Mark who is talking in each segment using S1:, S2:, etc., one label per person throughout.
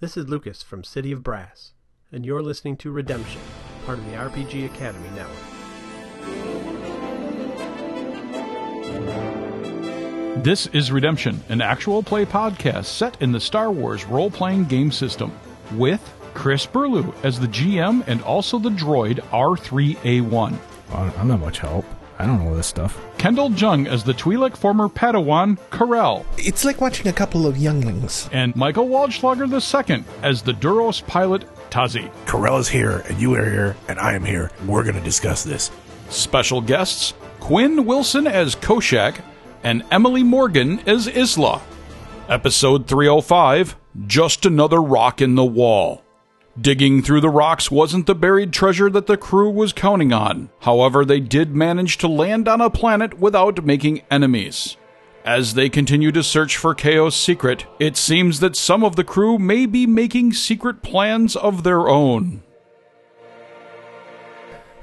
S1: This is Lucas from City of Brass, and you're listening to Redemption, part of the RPG Academy Network.
S2: This is Redemption, an actual play podcast set in the Star Wars role playing game system, with Chris Burlew as the GM and also the droid R3A1,
S3: I- I'm not much help. I don't know this stuff.
S2: Kendall Jung as the Twi'lek former Padawan Corell,
S4: It's like watching a couple of younglings.
S2: and Michael Waldschlager II as the Duros pilot Tazi.
S5: Corella's here, and you are here, and I am here. We're going to discuss this.
S2: Special guests Quinn Wilson as Koshak and Emily Morgan as Isla. Episode 305 Just Another Rock in the Wall. Digging through the rocks wasn't the buried treasure that the crew was counting on. However, they did manage to land on a planet without making enemies. As they continue to search for Chaos Secret, it seems that some of the crew may be making secret plans of their own.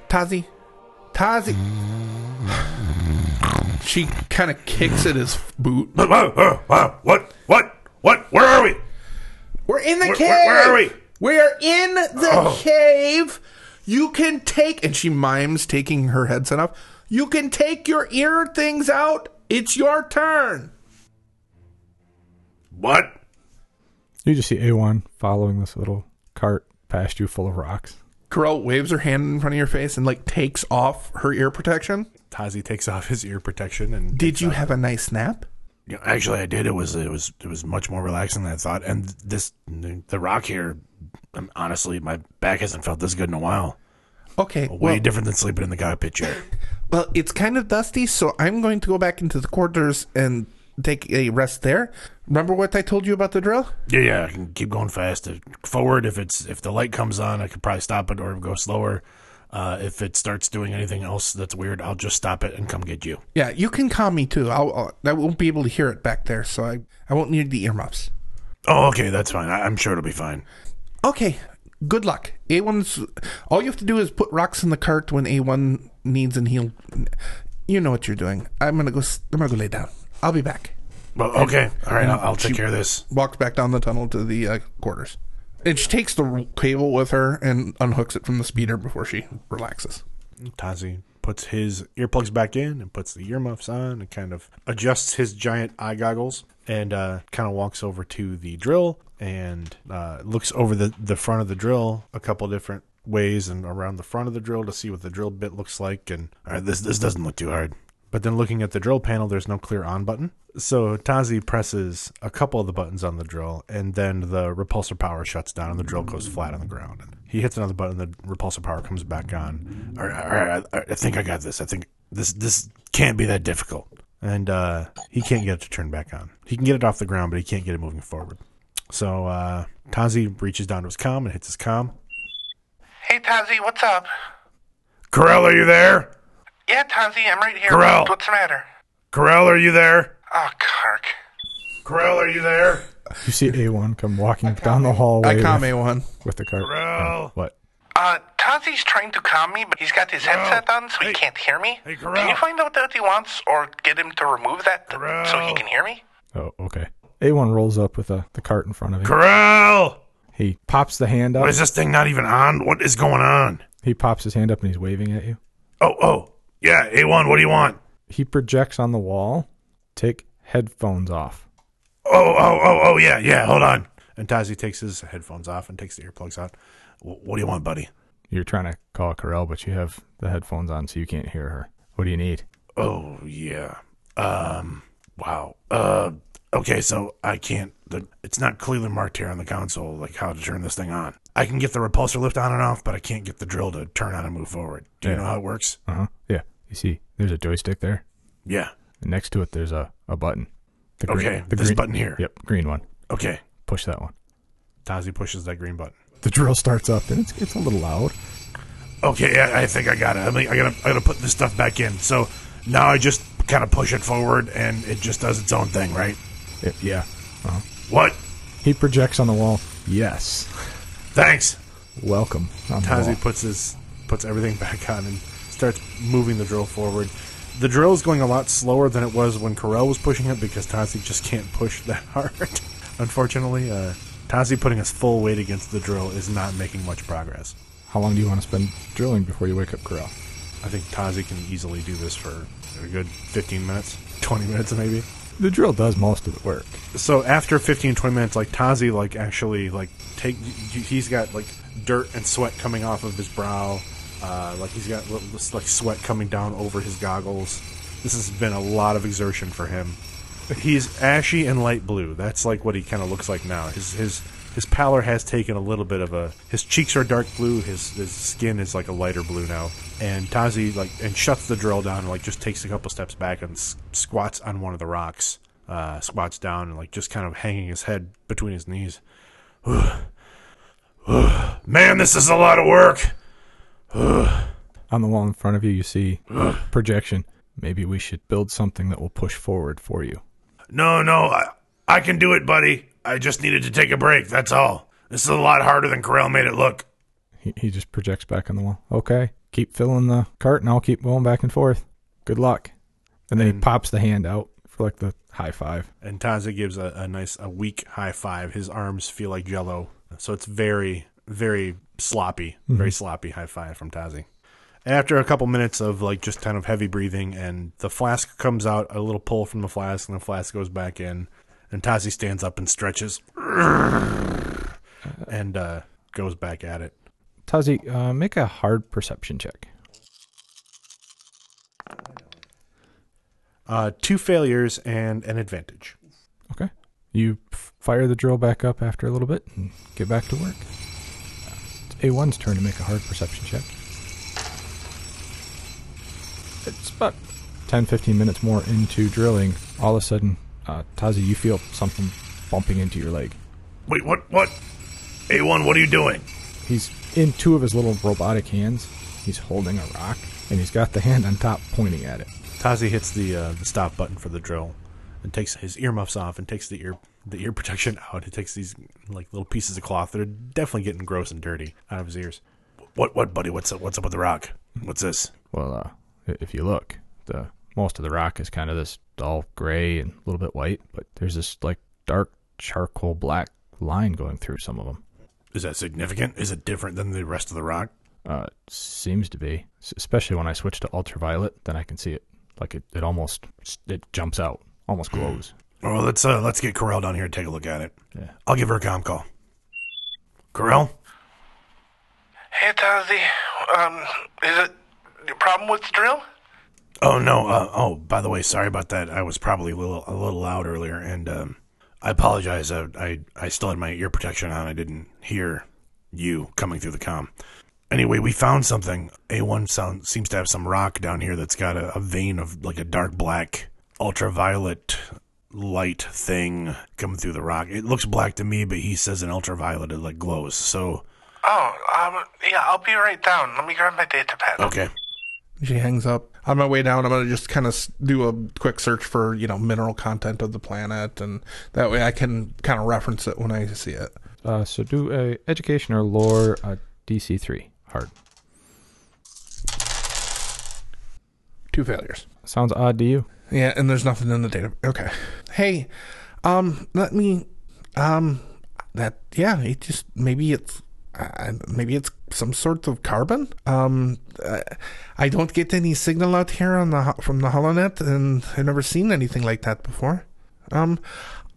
S4: Tazi, Tazi. she kind of kicks at his boot.
S5: What? What? What? Where are we?
S4: We're in the
S5: Where-
S4: cave.
S5: where- where are we?
S4: We're in the
S5: Oh.
S4: cave. You can take, and she mimes taking her headset off. You can take your ear things out. It's your turn.
S5: What?
S3: You just see A1 following this little cart past you full of rocks.
S4: Corel waves her hand in front of your face and like takes off her ear protection.
S6: Tazi takes off his ear protection and
S4: Did you have a nice nap?
S5: Yeah, Actually, I did. It was it was it was much more relaxing than I thought. And this the rock here. um, Honestly, my back hasn't felt this good in a while.
S4: Okay.
S5: Way
S4: Well,
S5: different than sleeping in the cockpit chair.
S4: well, it's kind of dusty, so I'm going to go back into the quarters and take a rest there. Remember what I told you about the drill?
S5: yeah, yeah. I can keep going fast. If- Forward if it's if the light comes on, I could probably stop it or go slower. Uh, if it starts doing anything else that's weird, I'll just stop it and come get you.
S4: Yeah, you can call me too. I'll, I'll I won't be able to hear it back there, so I I won't need the earmuffs.
S5: Oh, okay, that's fine. I- I'm sure it'll be fine.
S4: Okay. Good luck. A1's all you have to do is put rocks in the cart when A1 needs and he'll you know what you're doing. I'm going to go s- I'm going to go lay down. I'll be back.
S5: Well, okay, all right. I'll, I'll take care of this.
S4: Walks back down the tunnel to the uh, quarters. And she takes the r- cable with her and unhooks it from the speeder before she relaxes.
S6: Tazi puts his earplugs back in and puts the earmuffs on and kind of adjusts his giant eye goggles and uh, kind of walks over to the drill and uh, looks over the, the front of the drill a couple different ways and around the front of the drill to see what the drill bit looks like and
S5: All right, this this doesn't look too hard.
S6: But then looking at the drill panel, there's no clear on button. So Tazi presses a couple of the buttons on the drill, and then the repulsor power shuts down, and the drill goes flat on the ground. He hits another button, the repulsor power comes back on,
S5: All right, all right, all right, I think I got this. I think this this can't be that difficult.
S6: and uh, he can't get it to turn back on. He can get it off the ground, but he can't get it moving forward. So uh, Tazi reaches down to his comm and hits his comm.
S4: Hey Tazi, what's up?
S5: Corell, are you there?
S4: Yeah, Tazi, I'm right here.
S5: Corral.
S4: What's the matter?
S5: Corell, are you there?
S4: Oh,
S7: Ah,
S4: Kark.
S5: Corell, are you there?
S3: You see A1 come walking down the hallway
S4: I calm
S3: with,
S4: A1.
S3: with the cart.
S5: Corell,
S6: What?
S7: Uh, Tazi's trying to calm me, but he's got his headset on, so
S5: Hey.
S7: he can't hear me.
S5: Hey, Corral.
S7: can you find out what he wants, or get him to remove that th- so
S5: Corral.
S7: he can hear me?
S3: Oh, okay. A1 rolls up with a, the cart in front of him.
S5: Corell,
S3: He pops the hand up.
S5: is this thing not even on? What is going on?
S3: He pops his hand up and he's waving at you.
S5: Oh, oh, yeah, A one. What do you want?
S3: He projects on the wall. Take headphones off.
S5: Oh, oh, oh, oh, yeah, yeah. Hold on.
S6: And Tazi takes his headphones off and takes the earplugs out.
S5: W- what do you want, buddy?
S3: You're trying to call Corel, but you have the headphones on, so you can't hear her. What do you need?
S5: Oh yeah. Um. Wow. Uh. Okay. So I can't. The, it's not clearly marked here on the console, like how to turn this thing on. I can get the repulsor lift on and off, but I can't get the drill to turn on and move forward. Do you
S3: Yeah.
S5: know how it works?
S3: Uh huh. Yeah. You see, there's a joystick there.
S5: Yeah.
S3: And next to it, there's a, a button. The
S5: Okay, this button here.
S3: Yep. Green one.
S5: Okay.
S3: Push that one.
S6: Tazi pushes that green button.
S3: The drill starts up and it's, it's a little loud.
S5: Okay. I, I think I got it. I mean, I gotta, I gotta put this stuff back in. So now I just kind of push it forward, and it just does its own thing, right?
S3: It- yeah.
S5: What?
S3: He projects on the wall. Yes.
S5: Thanks.
S3: Welcome. On the
S6: Tazi
S3: wall.
S6: puts his puts everything back on and starts moving the drill forward. The drill is going a lot slower than it was when Corel was pushing it because Tazi just can't push that hard. Unfortunately, uh, Tazi putting his full weight against the drill is not making much progress.
S3: How long do you want to spend drilling before you wake up Corral?
S6: I think Tazi can easily do this for a good 15 minutes, 20 minutes maybe.
S3: The drill does most of the work.
S6: So after 15, 20 minutes, like Tazi, like actually, like take, he's got like dirt and sweat coming off of his brow, uh, like he's got li- this, like sweat coming down over his goggles. This has been a lot of exertion for him. He's ashy and light blue. That's like what he kind of looks like now. His his his pallor has taken a little bit of a. His cheeks are dark blue. His his skin is like a lighter blue now. And Tazi like and shuts the drill down. And, like just takes a couple steps back and s- squats on one of the rocks. Uh, squats down and like just kind of hanging his head between his knees.
S5: Man, this is a lot of work.
S3: On the wall in front of you, you see projection. Maybe we should build something that will push forward for you.
S5: No, no, I, I can do it, buddy. I just needed to take a break. That's all. This is a lot harder than Corell made it look.
S3: He, he just projects back on the wall. Okay, keep filling the cart and I'll keep going back and forth. Good luck. And then he pops the hand out for like the high five.
S6: And Taza gives a, a nice, a weak high five. His arms feel like jello. So it's very, very sloppy, very sloppy high five from Tazi. After a couple minutes of like just kind of heavy breathing, and the flask comes out, a little pull from the flask, and the flask goes back in. And Tazi stands up and stretches and uh, goes back at it.
S3: Tazi, uh, make a hard perception check.
S6: Uh, two failures and an advantage.
S3: Okay. You f- fire the drill back up after a little bit and get back to work. It's A1's turn to make a hard perception check. It's about 10 15 minutes more into drilling. All of a sudden, uh, Tazi, you feel something bumping into your leg.
S5: Wait, what? What? A1, what are you doing?
S3: He's in two of his little robotic hands. He's holding a rock, and he's got the hand on top pointing at it.
S6: Tazi hits the uh, the stop button for the drill, and takes his earmuffs off and takes the ear the ear protection out. He takes these like little pieces of cloth that are definitely getting gross and dirty out of his ears.
S5: What? What, buddy? What's up? What's up with the rock? What's this?
S3: Well, uh, i- if you look, the most of the rock is kind of this dull gray and a little bit white, but there's this like dark charcoal black line going through some of them.
S5: Is that significant? Is it different than the rest of the rock?
S3: Uh, it seems to be, S- especially when I switch to ultraviolet, then I can see it. Like it, it almost it jumps out, almost glows.
S5: Well, let's uh, let's get Corell down here and take a look at it.
S3: Yeah.
S5: I'll give her a com call. Corell,
S7: Hey, Tazi, um, is it your problem with the drill?
S5: Oh no! Uh, oh, by the way, sorry about that. I was probably a little, a little loud earlier, and um, I apologize. I, I I still had my ear protection on. I didn't hear you coming through the com. Anyway, we found something. A one sound seems to have some rock down here that's got a, a vein of like a dark black ultraviolet light thing coming through the rock. It looks black to me, but he says an ultraviolet it like glows. So
S7: Oh, um, yeah, I'll be right down. Let me grab my data pad.
S5: okay,
S4: She hangs up. On my way down, I'm gonna just kind of do a quick search for you know mineral content of the planet, and that way I can kind of reference it when I see it.
S3: Uh, so do a education or lore uh, DC three hard.
S4: Two failures.
S3: Sounds odd to you?
S4: Yeah, and there's nothing in the data. Okay. Hey, um, let me, um, that yeah, it just maybe it's. Uh, maybe it's some sort of carbon. Um, uh, I don't get any signal out here on the ho- from the holonet, and I've never seen anything like that before. Um,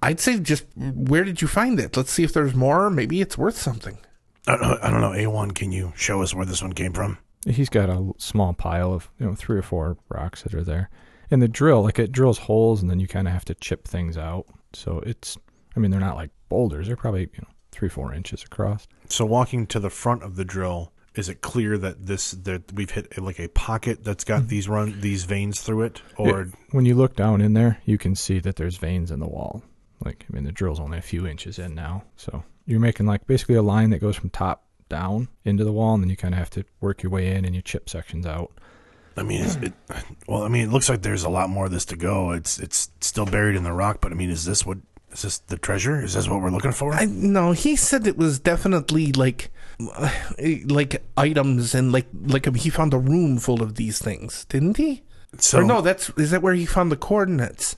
S4: I'd say just where did you find it? Let's see if there's more. Maybe it's worth something.
S5: I don't know. I don't know. A one, can you show us where this one came from?
S3: He's got a l- small pile of you know three or four rocks that are there, and the drill like it drills holes, and then you kind of have to chip things out. So it's, I mean, they're not like boulders; they're probably you know three four inches across.
S6: So walking to the front of the drill, is it clear that this that we've hit like a pocket that's got
S5: Mm-hmm.
S6: these run these veins through it, or
S3: It- when you look down in there, you can see that there's veins in the wall. Like I mean, the drill's only a few inches in now, so you're making like basically a line that goes from top down into the wall, and then you kind of have to work your way in and you chip sections out.
S5: I mean, is it, well, I mean, it looks like there's a lot more of this to go. It's it's still buried in the rock, but I mean, is this what is this the treasure? Is this what we're looking for?
S4: I no, he said it was definitely like like items and like like he found a room full of these things, didn't he?
S5: so
S4: or no, that's is that where he found the coordinates?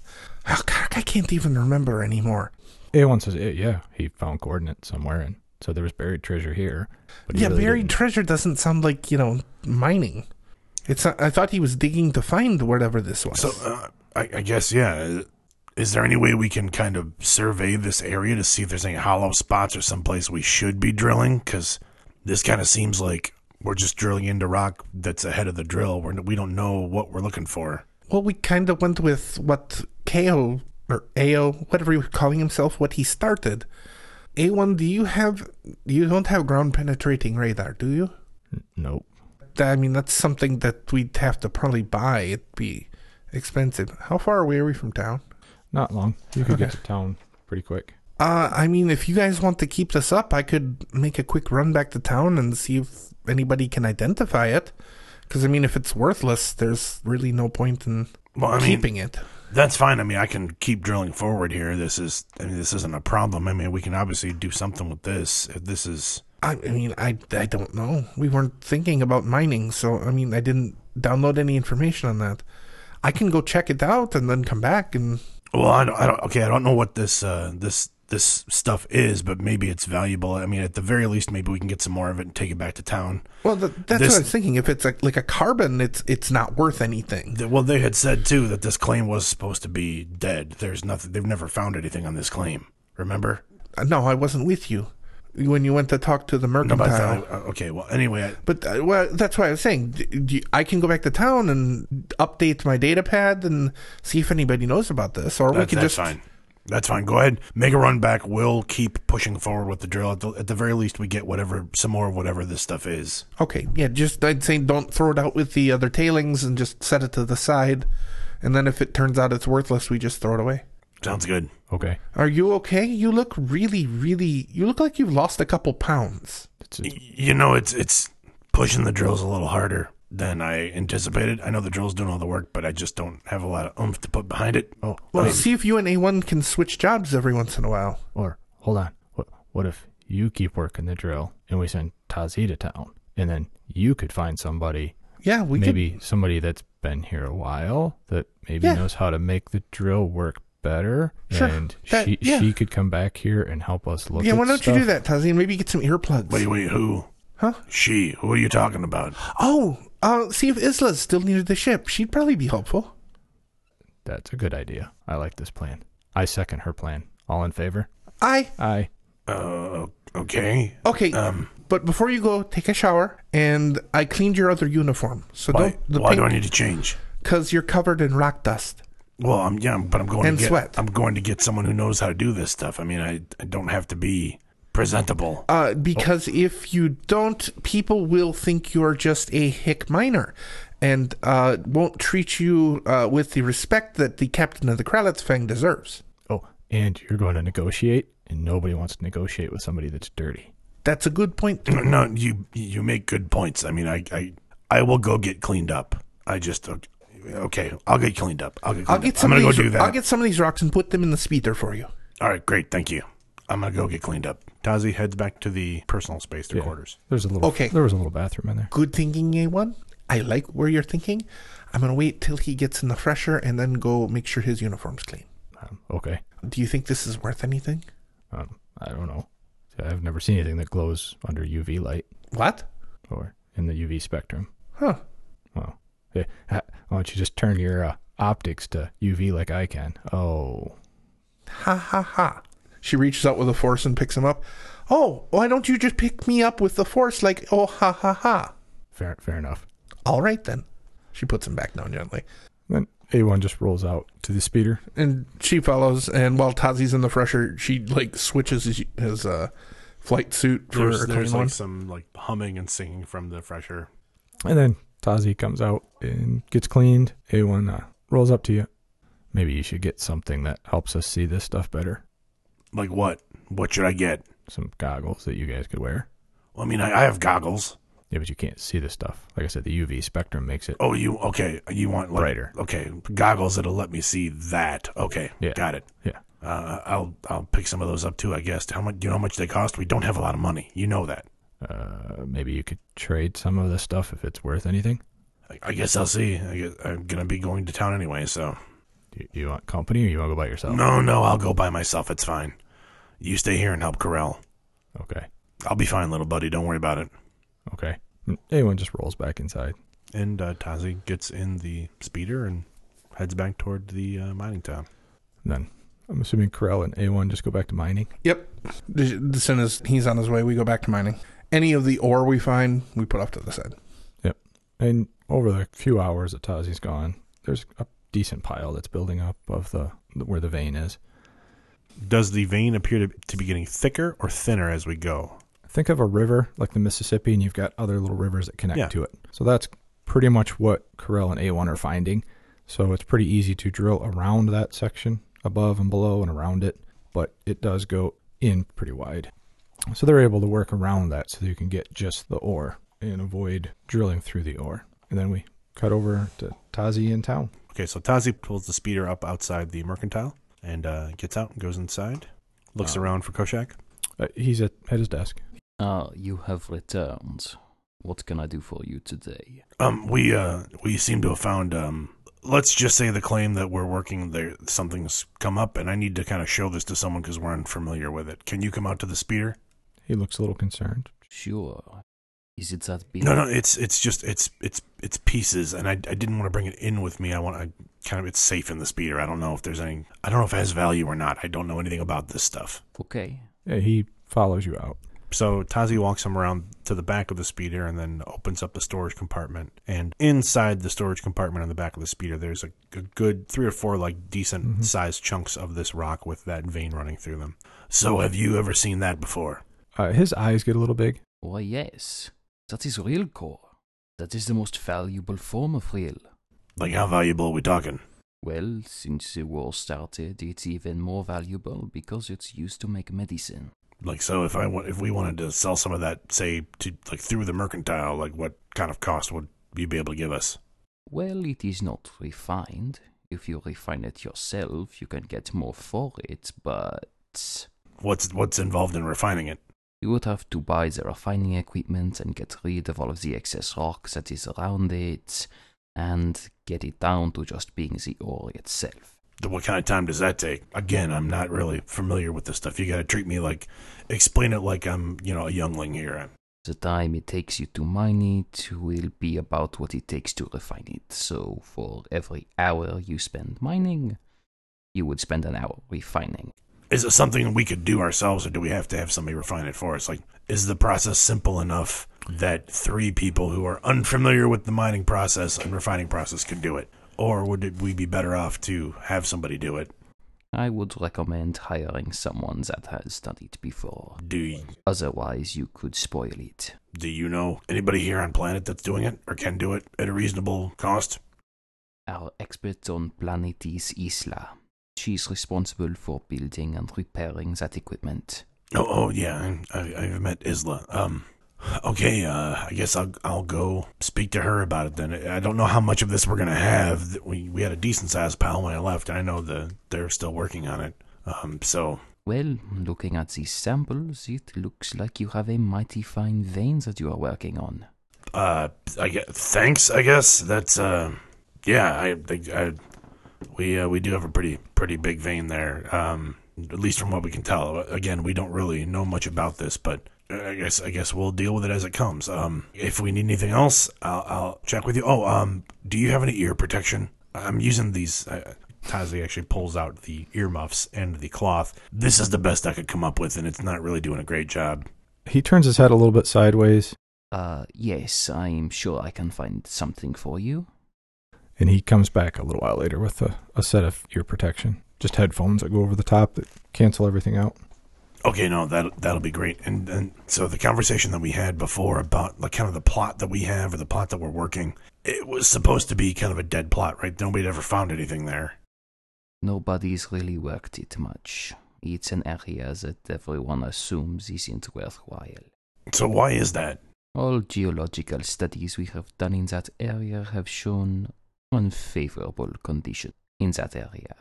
S4: Oh, God, I can't even remember anymore.
S3: A1 says, "Eh, yeah, he found coordinates somewhere, and so there was buried treasure here. But he
S4: yeah,
S3: really
S4: buried
S3: didn't-
S4: treasure doesn't sound like you know mining. It's not, I thought he was digging to find whatever this was.
S5: So, uh, I, I guess, yeah. Is there any way we can kind of survey this area to see if there's any hollow spots or someplace we should be drilling? Because this kind of seems like we're just drilling into rock that's ahead of the drill. We're, we don't know what we're looking for.
S4: well, we kind of went with what KO or AO, whatever he was calling himself, what he started. A1, do you have you don't have ground penetrating radar, do you?
S3: Nope.
S4: I mean, that's something that we'd have to probably buy. It'd be expensive. How far away are we from town?
S3: Not long. You could get to town pretty quick.
S4: Uh, I mean, if you guys want to keep this up, I could make a quick run back to town and see if anybody can identify it. Because I mean, if it's worthless, there's really no point in
S5: Well, I mean,
S4: keeping it.
S5: That's fine. I mean, I can keep drilling forward here. This is, I mean, this isn't a problem. I mean, we can obviously do something with this. If this is,
S4: I, I mean, I, I don't know. We weren't thinking about mining, so I mean, I didn't download any information on that. I can go check it out and then come back and
S5: well, I don't, I don't okay, I don't know what this, uh, this, this stuff is, but maybe it's valuable. I mean, at the very least, maybe we can get some more of it and take it back to town.
S4: well, th- that's
S5: This-
S4: what I was thinking. If it's like, like a carbon, it's it's not worth anything.
S5: Th- Well, they had said too that this claim was supposed to be dead. There's nothing. They've never found anything on this claim. Remember?
S4: Uh, No, I wasn't with you when you went to talk to the
S5: No, but I
S4: mercantile.
S5: thought- uh, okay. Well, anyway, I-
S4: But uh, well, that's why I was saying d- do you- I can go back to town and update my data pad and see if anybody knows about this, or we
S5: that,
S4: can just
S5: that's fine. That's fine. Go ahead, make a run back. We'll keep pushing forward with the drill. At the, at the very least, we get whatever, some more of whatever this stuff is.
S4: okay, yeah, just I'd say don't throw it out with the other tailings and just set it to the side, and then if it turns out it's worthless, we just throw it away.
S5: Sounds good.
S3: Okay.
S4: Are you okay? You look really, really. You look like you've lost a couple pounds.
S3: It's a,
S5: Y- You know, it's it's pushing the drills a little harder than I anticipated. I know the drill's doing all the work, but I just don't have a lot of oomph to put behind it. Oh,
S4: Well,
S5: I mean,
S4: see if you and A1 can switch jobs every once in a while.
S3: or hold on. What what if you keep working the drill and we send Tazi to town, and then you could find somebody,
S4: Yeah, we could-
S3: maybe somebody that's been here a while that maybe
S4: Yeah.
S3: knows how to make the drill work better,
S4: Sure.
S3: and
S4: That-
S3: she
S4: yeah.
S3: she could come back here and help us look.
S4: yeah,
S3: at
S4: why don't
S3: stuff.
S4: you do that, Tazi? And maybe get some earplugs.
S5: wait, wait, who?
S4: Huh?
S5: She? Who are you talking about?
S4: Oh, uh, see if Isla's still near the ship. She'd probably be helpful.
S3: That's a good idea. I like this plan. I second her plan. All in favor?
S4: I
S3: Aye.
S5: Uh, okay.
S4: okay,
S5: Um,
S4: but before you go, take a shower. And I cleaned your other uniform, so
S5: why,
S4: don't the
S5: why do I
S4: pink
S5: need to change?
S4: because you're covered in rock dust.
S5: Well, I'm yeah, but I'm going
S4: And
S5: to get,
S4: sweat.
S5: I'm going to get someone who knows how to do this stuff. I mean, I, I don't have to be presentable.
S4: Uh, because
S5: Oh.
S4: if you don't, people will think you're just a hick miner, and uh, won't treat you uh, with the respect that the captain of the Kralitz Fang deserves.
S3: Oh, and you're going to negotiate, and nobody wants to negotiate with somebody that's dirty.
S4: That's a good point.
S5: no, you you make good points. I mean, I I, I will go get cleaned up. I just okay, I'll get cleaned up. I'll get cleaned
S4: I'll get
S5: up.
S4: some.
S5: I'm
S4: of
S5: gonna
S4: these,
S5: go do that.
S4: I'll get some of these rocks and put them in the speeder for you.
S5: All right, great, thank you. I'm gonna go get cleaned up.
S6: Tazi heads back to the personal space, their
S3: Yeah.
S6: quarters.
S3: There's a little.
S4: Okay.
S3: There was a little bathroom in there.
S4: good thinking, A1. I like where you're thinking. I'm going to wait till he gets in the fresher and then go make sure his uniform's clean.
S3: Um, okay.
S4: Do you think this is worth anything?
S3: Um, I don't know. I've never seen anything that glows under UV light
S4: What?
S3: or in the UV spectrum.
S4: Huh.
S3: Oh, yeah. Ha- Why don't you just turn your uh, optics to UV like I can? Oh,
S4: Ha ha ha. She reaches out with a force and picks him up. Oh, why don't you just pick me up with the force like, oh, ha ha ha.
S3: fair, fair enough.
S4: All right then. She puts him back down gently.
S3: Then A1 just rolls out to the speeder.
S4: And she follows, and while Tazi's in the fresher, she, like, switches his, his uh, flight suit for
S6: There's,
S4: a
S6: there's
S4: clean
S6: like
S4: one.
S6: some like humming and singing from the fresher.
S3: And then Tazi comes out and gets cleaned. A1 uh, rolls up to you. Maybe you should get something that helps us see this stuff better.
S5: Like what? What should I get?
S3: Some goggles that you guys could wear.
S5: Well, I mean, I, I have goggles.
S3: Yeah, but you can't see this stuff. Like I said, the UV spectrum makes it.
S5: Oh, you okay? You want like,
S3: Brighter.
S5: Okay, goggles that'll let me see that. Okay,
S3: Yeah.
S5: got it.
S3: Yeah.
S5: Uh, I'll I'll pick some of those up too. I guess. How much? You know how much they cost? We don't have a lot of money. You know that.
S3: Uh, maybe you could trade some of this stuff if it's worth anything.
S5: I, I guess I'll see. I guess I'm gonna be going to town anyway, so
S3: Do you, do you want company or you want to go by yourself?
S5: no, no, I'll go by myself. It's fine. You stay here and help Corell.
S3: Okay.
S5: I'll be fine, little buddy. Don't worry about it.
S3: Okay. Anyone just rolls back inside.
S6: And uh, Tazi gets in the speeder and heads back toward the uh, mining town.
S3: And then I'm assuming Corell and A1 just go back to mining.
S4: Yep. As soon as he's on his way, we go back to mining. Any of the ore we find, we put off to the side.
S3: And over the few hours that Tazi's gone, there's a decent pile that's building up of the where the vein is.
S6: Does the vein appear to, to be getting thicker or thinner as we go?
S3: Think of a river like the Mississippi, and you've got other little rivers that connect
S6: Yeah.
S3: to it. So that's pretty much what Corell and A1 are finding. So it's pretty easy to drill around that section, above and below and around it, but it does go in pretty wide. So they're able to work around that so that you can get just the ore and avoid drilling through the ore. And then we cut over to Tazi in town.
S6: Okay, so Tazi pulls the speeder up outside the mercantile and uh, gets out and goes inside. Looks
S8: Oh.
S6: around for Koshak.
S3: Uh, he's at, at his desk.
S8: Ah, you have returned. What can I do for you today?
S5: Um, we uh, we seem to have found um, let's just say the claim that we're working there. Something's come up, and I need to kind of show this to someone because we're unfamiliar with it. Can you come out to the speeder?
S3: He looks a little concerned.
S8: Sure. Is it that big?
S5: No, no, it's it's just it's it's it's pieces, and I, I didn't want to bring it in with me. I want I kind of it's safe in the speeder. I don't know if there's any. I don't know if it has value or not. I don't know anything about this stuff.
S8: Okay.
S3: Yeah, Uh, he follows you out.
S6: So Tazi walks him around to the back of the speeder and then opens up the storage compartment. And inside the storage compartment on the back of the speeder, there's a, a good three or four like decent sized chunks of this rock with that vein running through them.
S5: So have you ever seen that before?
S3: Uh, his eyes get a little big.
S8: Why, yes. That is real core. That is the most valuable form of real.
S5: Like how valuable are we talking?
S8: Well, since the war started, it's even more valuable because it's used to make medicine.
S5: Like so, if I want, if we wanted to sell some of that, say to like through the mercantile, like what kind of cost would you be able to give us?
S8: Well, it is not refined. If you refine it yourself, you can get more for it, but
S5: What's what's involved in refining it?
S8: you would have to buy the refining equipment and get rid of all of the excess rock that is around it and get it down to just being the ore itself.
S5: Th- What kind of time does that take? Again, I'm not really familiar with this stuff. You got to treat me like, explain it like I'm, you know, a youngling here.
S8: The time it takes you to mine it will be about what it takes to refine it. So, for every hour you spend mining, you would spend an hour refining.
S5: Is it something we could do ourselves, or do we have to have somebody refine it for us? Like, is the process simple enough that three people who are unfamiliar with the mining process and refining process could do it, or would it, we be better off to have somebody do it?
S8: I would recommend hiring someone that has done it before.
S5: Do you,
S8: Otherwise, you could spoil it.
S5: do you know anybody here on planet that's doing it or can do it at a reasonable cost?
S8: Our expert er on planet is Isla. She's responsible for building and repairing that equipment.
S5: Oh, oh yeah, I, I- I've met Isla. Um, okay, uh, I guess I'll I'll go speak to her about it then. I don't know how much of this we're gonna have. We we had a decent sized pile when I left, and I know the they're still working on it. Um, so
S8: Well, looking at these samples, it looks like you have a mighty fine vein that you are working on.
S5: uh, I guess, thanks. I guess that's uh, yeah. I think I we uh, we do have a pretty pretty big vein there. Um, at least from what we can tell. Again, we don't really know much about this, but I guess I guess we'll deal with it as it comes. Um, if we need anything else, I'll, I'll check with you. Oh, um, do you have any ear protection? I'm using these. Uh,
S6: Tazi actually pulls out the earmuffs and the cloth.
S5: this is the best I could come up with, and it's not really doing a great job.
S3: He turns his head a little bit sideways
S8: Uh, yes, I'm sure I can find something for you.
S3: and he comes back a little while later with a, a set of ear protection. Just headphones that go over the top that cancel everything out.
S5: Okay, no, that that'll be great. And and so the conversation that we had before about like kind of the plot that we have or the plot that we're working, it was supposed to be kind of a dead plot, right? Nobody ever found anything there.
S8: Nobody's really worked it much. It's an area that everyone assumes isn't worthwhile.
S5: So why is that?
S8: All geological studies we have done in that area have shown unfavorable condition in that area.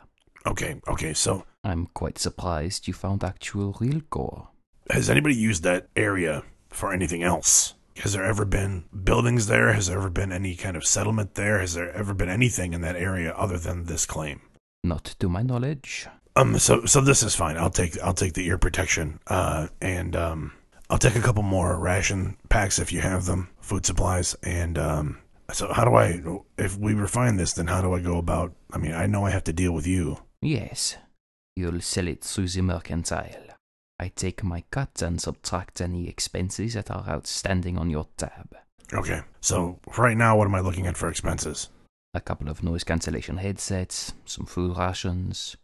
S5: Okay, okay. So
S8: I'm quite surprised you found actual real core.
S5: has anybody used that area for anything else? Has there ever been buildings there? Has there ever been any kind of settlement there? Has there ever been anything in that area other than this claim?
S8: Not to my knowledge.
S5: Um. So so this is fine. I'll take I'll take the ear protection. Uh. And um. I'll take a couple more ration packs if you have them, food supplies, and um. So how do I? If we refine this, then how do I go about? I mean, I know I have to deal with you.
S8: Yes, you'll sell it through the mercantile. I take my cut and subtract any expenses that are outstanding on your tab.
S5: Okay. So right now, what am I looking at for expenses?
S8: A couple of noise cancellation headsets, some food rations,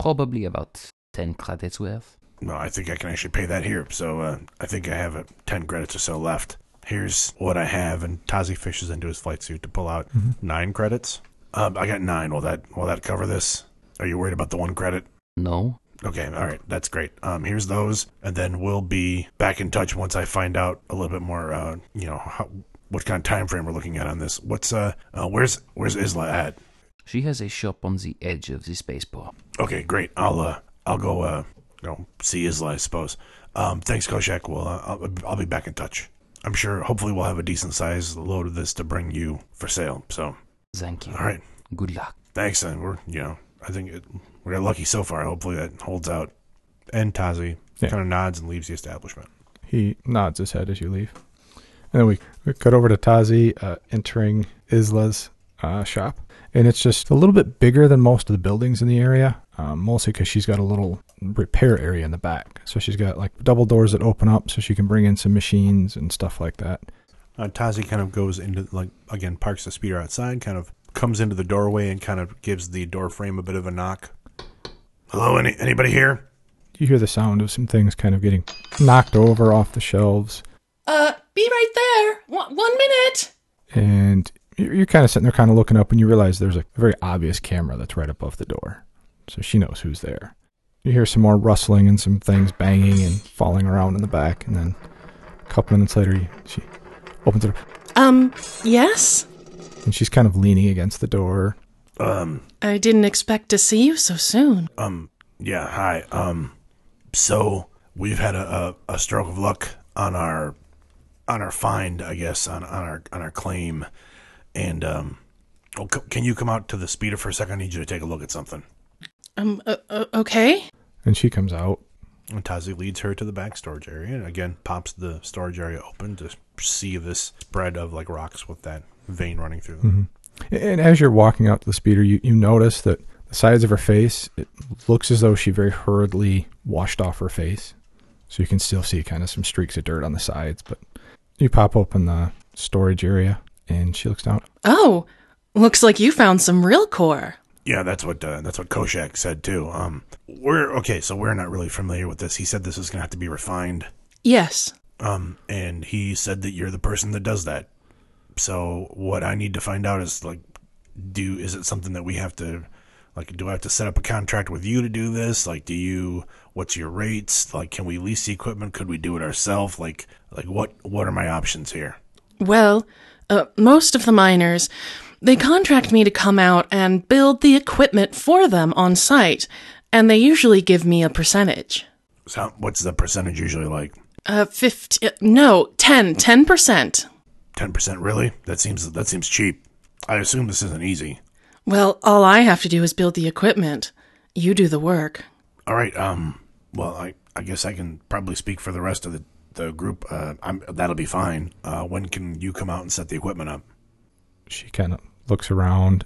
S8: probably about 10 credits worth.
S5: No, I think I can actually pay that here. So uh, I think I have uh, ten credits or so left. Here's what I have, and
S6: And Tazi fishes into his flight suit to pull out nine credits.
S5: um, I got nine. Will that will that cover this? Are you worried about the one credit?
S8: No?
S5: Okay, all right, that's great. Um, here's those, and then we'll be back in touch once I find out a little bit more. Uh, you know, how, what kind of time frame we're looking at on this? What's uh, uh where's where's Isla at?
S8: She has a shop on the edge of the spaceport.
S5: Okay, great. I'll uh, I'll go uh, you know, see Isla, I suppose. Um, thanks, Koshak. Well, uh, I'll, I'll be back in touch. I'm sure. Hopefully, we'll have a decent sized load of this to bring you for sale. So,
S8: Thank you.
S5: all right,
S8: Good luck.
S5: thanks, and we're you know, I think it, we're lucky so far. Hopefully, that holds out.
S6: And Tazi
S3: Yeah.
S6: kind of nods and leaves the establishment.
S3: He nods his head as you leave. And then we, we cut over to Tazi uh, entering Isla's uh, shop. And it's just a little bit bigger than most of the buildings in the area, um, mostly because she's got a little repair area in the back. So she's got like double doors that open up so she can bring in some machines and stuff like that.
S6: Uh, Tazi kind of goes into, like, again, parks the speeder outside, kind of comes into the doorway and kind of gives the door frame a bit of a knock.
S5: Hello, any anybody here?
S3: You hear the sound of some things kind of getting knocked over off the shelves.
S9: Uh, be right there. One, one minute.
S3: And you- you're kind of sitting there, kind of looking up, and you realize there's a very obvious camera that's right above the door. So she knows who's there. You hear some more rustling and some things banging and falling around in the back. And then a couple minutes later, you- she opens it up,
S9: Um, yes?
S3: and she's kind of leaning against the door.
S5: Um,
S9: I didn't expect to see you so soon.
S5: Um, yeah, hi. Um, so we've had a, a, a stroke of luck on our on our find, I guess, on, on our on our claim. And um, oh, c- can you come out to the speeder for a second? I need you to take a look at something.
S9: Um, uh, uh, okay.
S3: And she comes out.
S6: And Tazi leads her to the back storage area and again pops the storage area open to see this spread of like rocks with that vein running through them.
S3: And as you're walking out to the speeder, you, you notice that the sides of her face, it looks as though she very hurriedly washed off her face. So you can still see kind of some streaks of dirt on the sides. But you pop open the storage area and she looks down.
S9: Oh, looks like you found some real core.
S5: Yeah, that's what uh, that's what Koshak said too. Um, we're okay, so we're not really familiar with this. He said this is gonna have to be refined.
S9: Yes.
S5: Um, and he said that you're the person that does that. So what I need to find out is like, do is it something that we have to, like, do I have to set up a contract with you to do this? Like, do you? What's your rates? Like, can we lease the equipment? Could we do it ourselves? Like, like what what are my options here?
S9: Well, uh, most of the miners, they contract me to come out and build the equipment for them on site, and they usually give me a percentage.
S5: So what's the percentage usually like?
S9: Uh, 50, no, 10, 10%.
S5: Ten percent, really? That seems that seems cheap. I assume this isn't easy.
S9: Well, all I have to do is build the equipment. You do the work.
S5: All right. Um. Well, I I guess I can probably speak for the rest of the the group. Uh, I'm that'll be fine. Uh, when can you come out and set the equipment up?
S3: She kind of looks around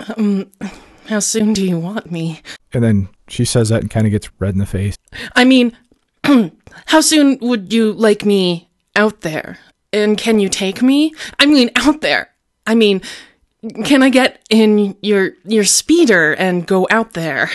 S9: How soon do you want me?
S3: and then she says that and kind of gets red in the face.
S9: I mean, how soon would you like me out there? And can you take me? I mean, out there. I mean, can I get in your your speeder and go out there?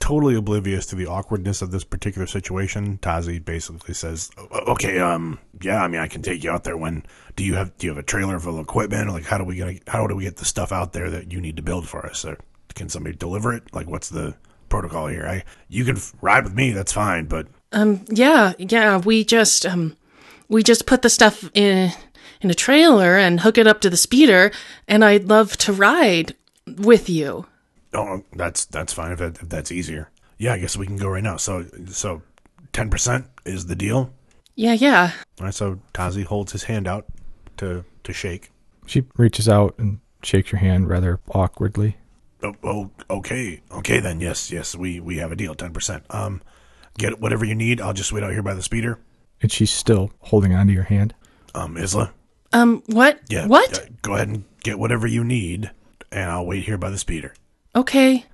S6: Totally oblivious to the awkwardness of this particular situation, Tazi basically says,
S5: O- Okay. Um. Yeah. I mean, I can take you out there. When do you have do you have a trailer full of equipment? Like, how do we gonna how do we get the stuff out there that you need to build for us? Or can somebody deliver it? Like, what's the protocol here? I you can f- ride with me. That's fine. But
S9: Um yeah, yeah, we just um we just put the stuff in in a trailer and hook it up to the speeder and I'd love to ride with you.
S5: oh, that's that's fine if, that, if that's easier. Yeah. I guess we can go right now. So so ten percent is the deal.
S9: Yeah, yeah.
S6: All right, so Tazi holds his hand out to to shake.
S3: She reaches out and shakes your hand rather awkwardly.
S5: Oh, oh, okay, okay then. Yes, yes, we we have a deal, ten percent. Um, get whatever you need. I'll just wait out here by the speeder.
S3: And she's still holding onto your hand.
S5: Um, Isla.
S9: Um, what?
S5: Yeah.
S9: What?
S5: yeah, go ahead and get whatever you need, and I'll wait here by the speeder.
S9: Okay.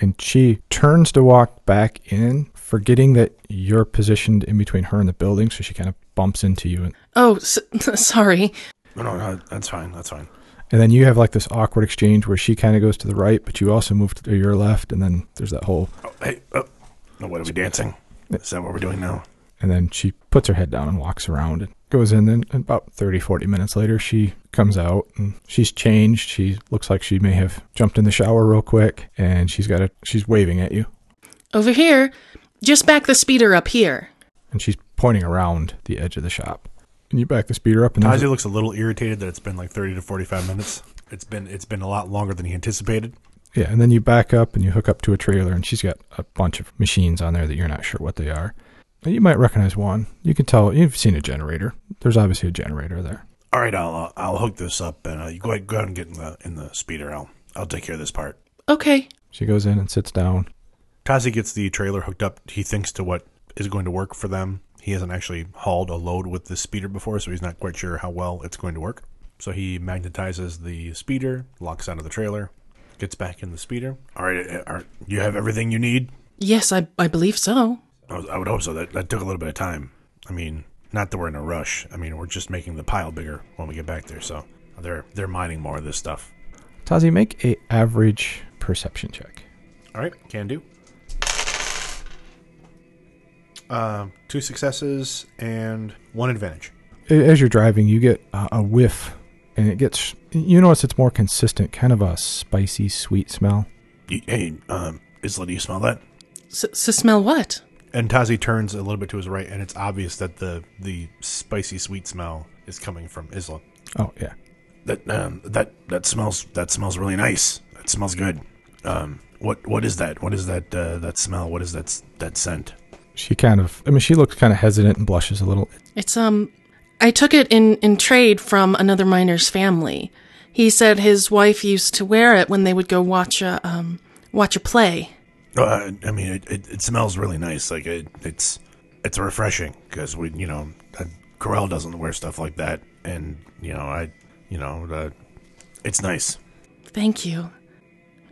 S3: And she turns to walk back in, forgetting that you're positioned in between her and the building, so she kind of bumps into you. And,
S9: Oh, s- sorry.
S5: No, no, no, that's fine. That's fine.
S3: and then you have like this awkward exchange where she kind of goes to the right, but you also move to your left, and then there's that whole.
S5: Oh, hey, oh, no, what are we dancing? Is that what we're doing now?
S3: And then she puts her head down and walks around and goes in. And about 30, 40 minutes later, she comes out and she's changed. She looks like she may have jumped in the shower real quick, and she's got a she's waving at you.
S9: Over here. Just back the speeder up here.
S3: and she's pointing around the edge of the shop. And you back the speeder up, and there's
S6: Tazi looks a little irritated that it's been like 30 to 45 minutes. It's been it's been a lot longer than he anticipated.
S3: a- yeah, and then you back up and you hook up to a trailer, and she's got a bunch of machines on there that you're not sure what they are. And you might recognize one. You can tell you've seen a generator. There's obviously a generator there.
S5: All right, I'll uh, I'll hook this up, and uh, you go ahead, go ahead and get in the in the speeder. I'll I'll take care of this part.
S9: Okay.
S3: She goes in and sits down.
S6: Tazi gets the trailer hooked up. He thinks to what is going to work for them. He hasn't actually hauled a load with the speeder before, so he's not quite sure how well it's going to work. So he magnetizes the speeder, locks onto the trailer, gets back in the speeder.
S5: All right, uh, are, you have everything you need.
S9: Yes, I, I believe so.
S5: I, was- I would hope so. That that took a little bit of time. I mean, not that we're in a rush. I mean, we're just making the pile bigger when we get back there. So they're they're mining more of this stuff.
S3: Tazi, make a average perception check.
S6: All right, can do. Uh, two successes and one advantage.
S3: A- As you're driving, you get a a whiff, and it gets you notice it's more consistent, kind of a spicy, sweet smell.
S5: You, hey, um, Isla, do you smell that?
S9: S- so smell what?
S6: And Tazi turns a little bit to his right, and it's obvious that the the spicy sweet smell is coming from Isla.
S3: Oh yeah,
S5: That um, that that smells that smells really nice. That smells good. Um, what what is that? What is that uh, that smell? What is that s- that scent?
S3: she kind of. I mean, she looks kind of hesitant and blushes a little.
S9: It's um I took it in in trade from another miner's family. He said his wife used to wear it when they would go watch a um watch a play.
S5: Uh, I mean, it, it, it smells really nice. Like it, it's it's refreshing because we, you know, uh, Corel doesn't wear stuff like that, and you know, I, you know, uh, it's nice.
S9: Thank you.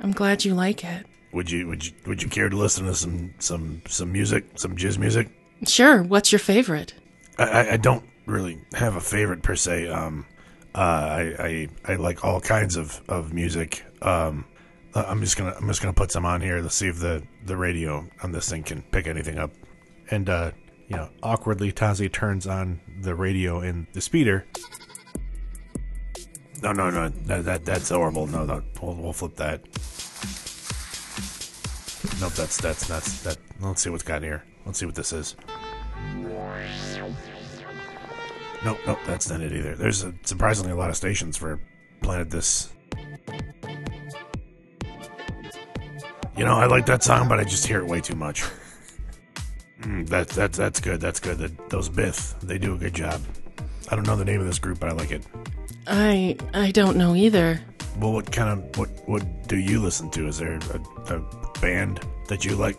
S9: I'm glad you like it.
S5: Would you would you would you care to listen to some some some music, some jizz music?
S9: Sure, what's your favorite?
S5: I, I, I don't really have a favorite per se. Um, uh, I, I I like all kinds of of music. Um, I- I'm just gonna I'm just gonna put some on here. Let's see if the the radio on this thing can pick anything up.
S6: And uh, you know, awkwardly Tazi turns on the radio in the speeder.
S5: No, no, no. That, that that's horrible. No, no. We'll, we'll flip that. Nope, that's that's that's that. Let's see what's got here. Let's see what this is. Nope, nope. That's not it either. There's a, surprisingly a lot of stations for Planet This. You know, I like that song, but I just hear it way too much. Mm, that that's that's good. That's good. That, those Bith, they do a good job. I don't know the name of this group, but I like it.
S9: I I don't know either.
S5: Well, what kind of what what do you listen to? Is there a, a band that you like?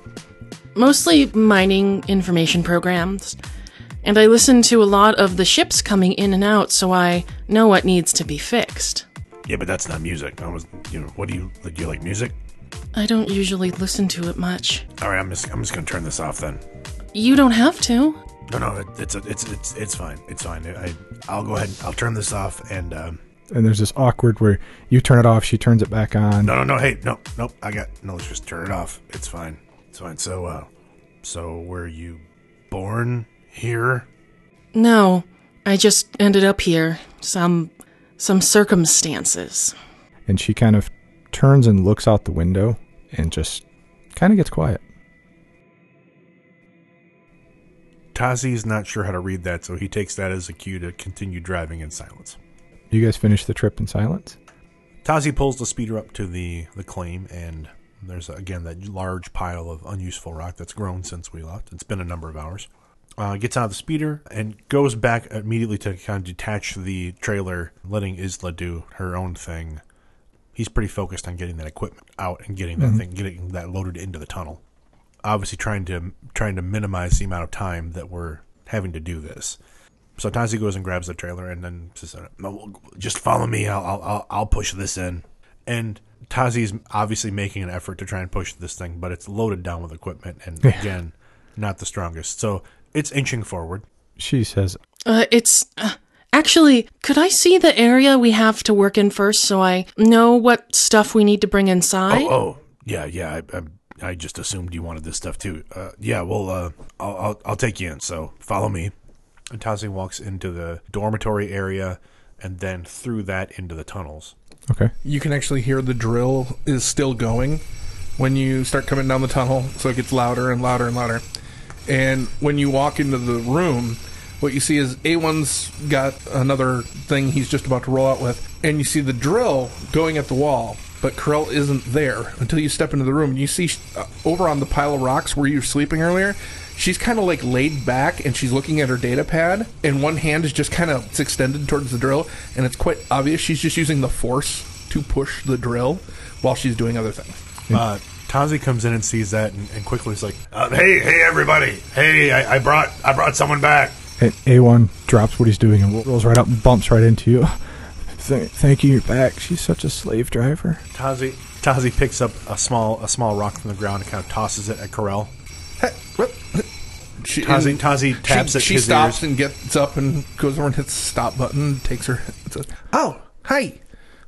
S9: Mostly mining information programs. And I listen to a lot of the ships coming in and out so I know what needs to be fixed.
S5: Yeah, but that's not music. I was, you know, what do you do? You like music?
S9: I don't usually listen to it much.
S5: All right, I'm just I'm just gonna turn this off then.
S9: You don't have to.
S5: No, no, it, it's a, it's it's it's fine. It's fine. I I'll go ahead. and- I'll turn this off and um,
S3: and there's this awkward where you turn it off, she turns it back on.
S5: no, no, no. Hey, no, nope. I got no. Let's just turn it off. It's fine. It's fine. So, uh, so were you born here?
S9: No, I just ended up here. Some some circumstances.
S3: And she kind of turns and looks out the window and just kind of gets quiet.
S6: Tazi's not sure how to read that, so he takes that as a cue to continue driving in silence.
S3: You guys finish the trip in silence.
S6: Tazi pulls the speeder up to the the claim, and there's again that large pile of unuseful rock that's grown since we left. It's been a number of hours. Uh, gets out of the speeder and goes back immediately to kind of detach the trailer, letting Isla do her own thing. he's pretty focused on getting that equipment out and getting that thing, getting that loaded into the tunnel. Obviously, trying to trying to minimize the amount of time that we're having to do this. So Tazi goes and grabs the trailer, and then says,
S5: No, Just follow me. I'll, I'll- I'll, I'll push this in.
S6: and Tazi is obviously making an effort to try and push this thing, but it's loaded down with equipment, and again, not the strongest. So it's inching forward.
S3: She says,
S9: Uh, it's. Uh, actually, could I see the area we have to work in first so I know what stuff we need to bring inside?
S5: Oh, oh, yeah, yeah. I, I, I just assumed you wanted this stuff too. Uh, yeah, well, uh, I'll, I'll, I'll take you in. So follow me.
S6: And Tazi walks into the dormitory area, and then through that into the tunnels.
S3: "Okay,
S4: You can actually hear the drill is still going when you start coming down the tunnel, so it gets louder and louder and louder. And when you walk into the room, what you see is A1's got another thing he's just about to roll out with, and you see the drill going at the wall, but Krell isn't there until you step into the room. You see uh, over on the pile of rocks where you were sleeping earlier, she's kind of like laid back and she's looking at her data pad, and one hand is just kind of it's extended towards the drill, and it's quite obvious she's just using the force to push the drill while she's doing other things.
S6: Uh, Tazi comes in and sees that, and, and quickly is like,
S5: Uh, hey, hey, everybody. Hey, I, I brought, I brought someone back.
S3: And A1 drops what he's doing and rolls right up and bumps right into you. Th- thank you, you're back. She's such a slave driver.
S6: Tazi Tazi picks up a small a small rock from the ground and kind of tosses it at Corell.
S4: She,
S6: Tazi-
S4: and
S6: Tazi taps
S4: she,
S6: at
S4: she
S6: his
S4: stops
S6: ears.
S4: and gets up and goes over and hits the stop button. and Takes her. and says, oh, hi.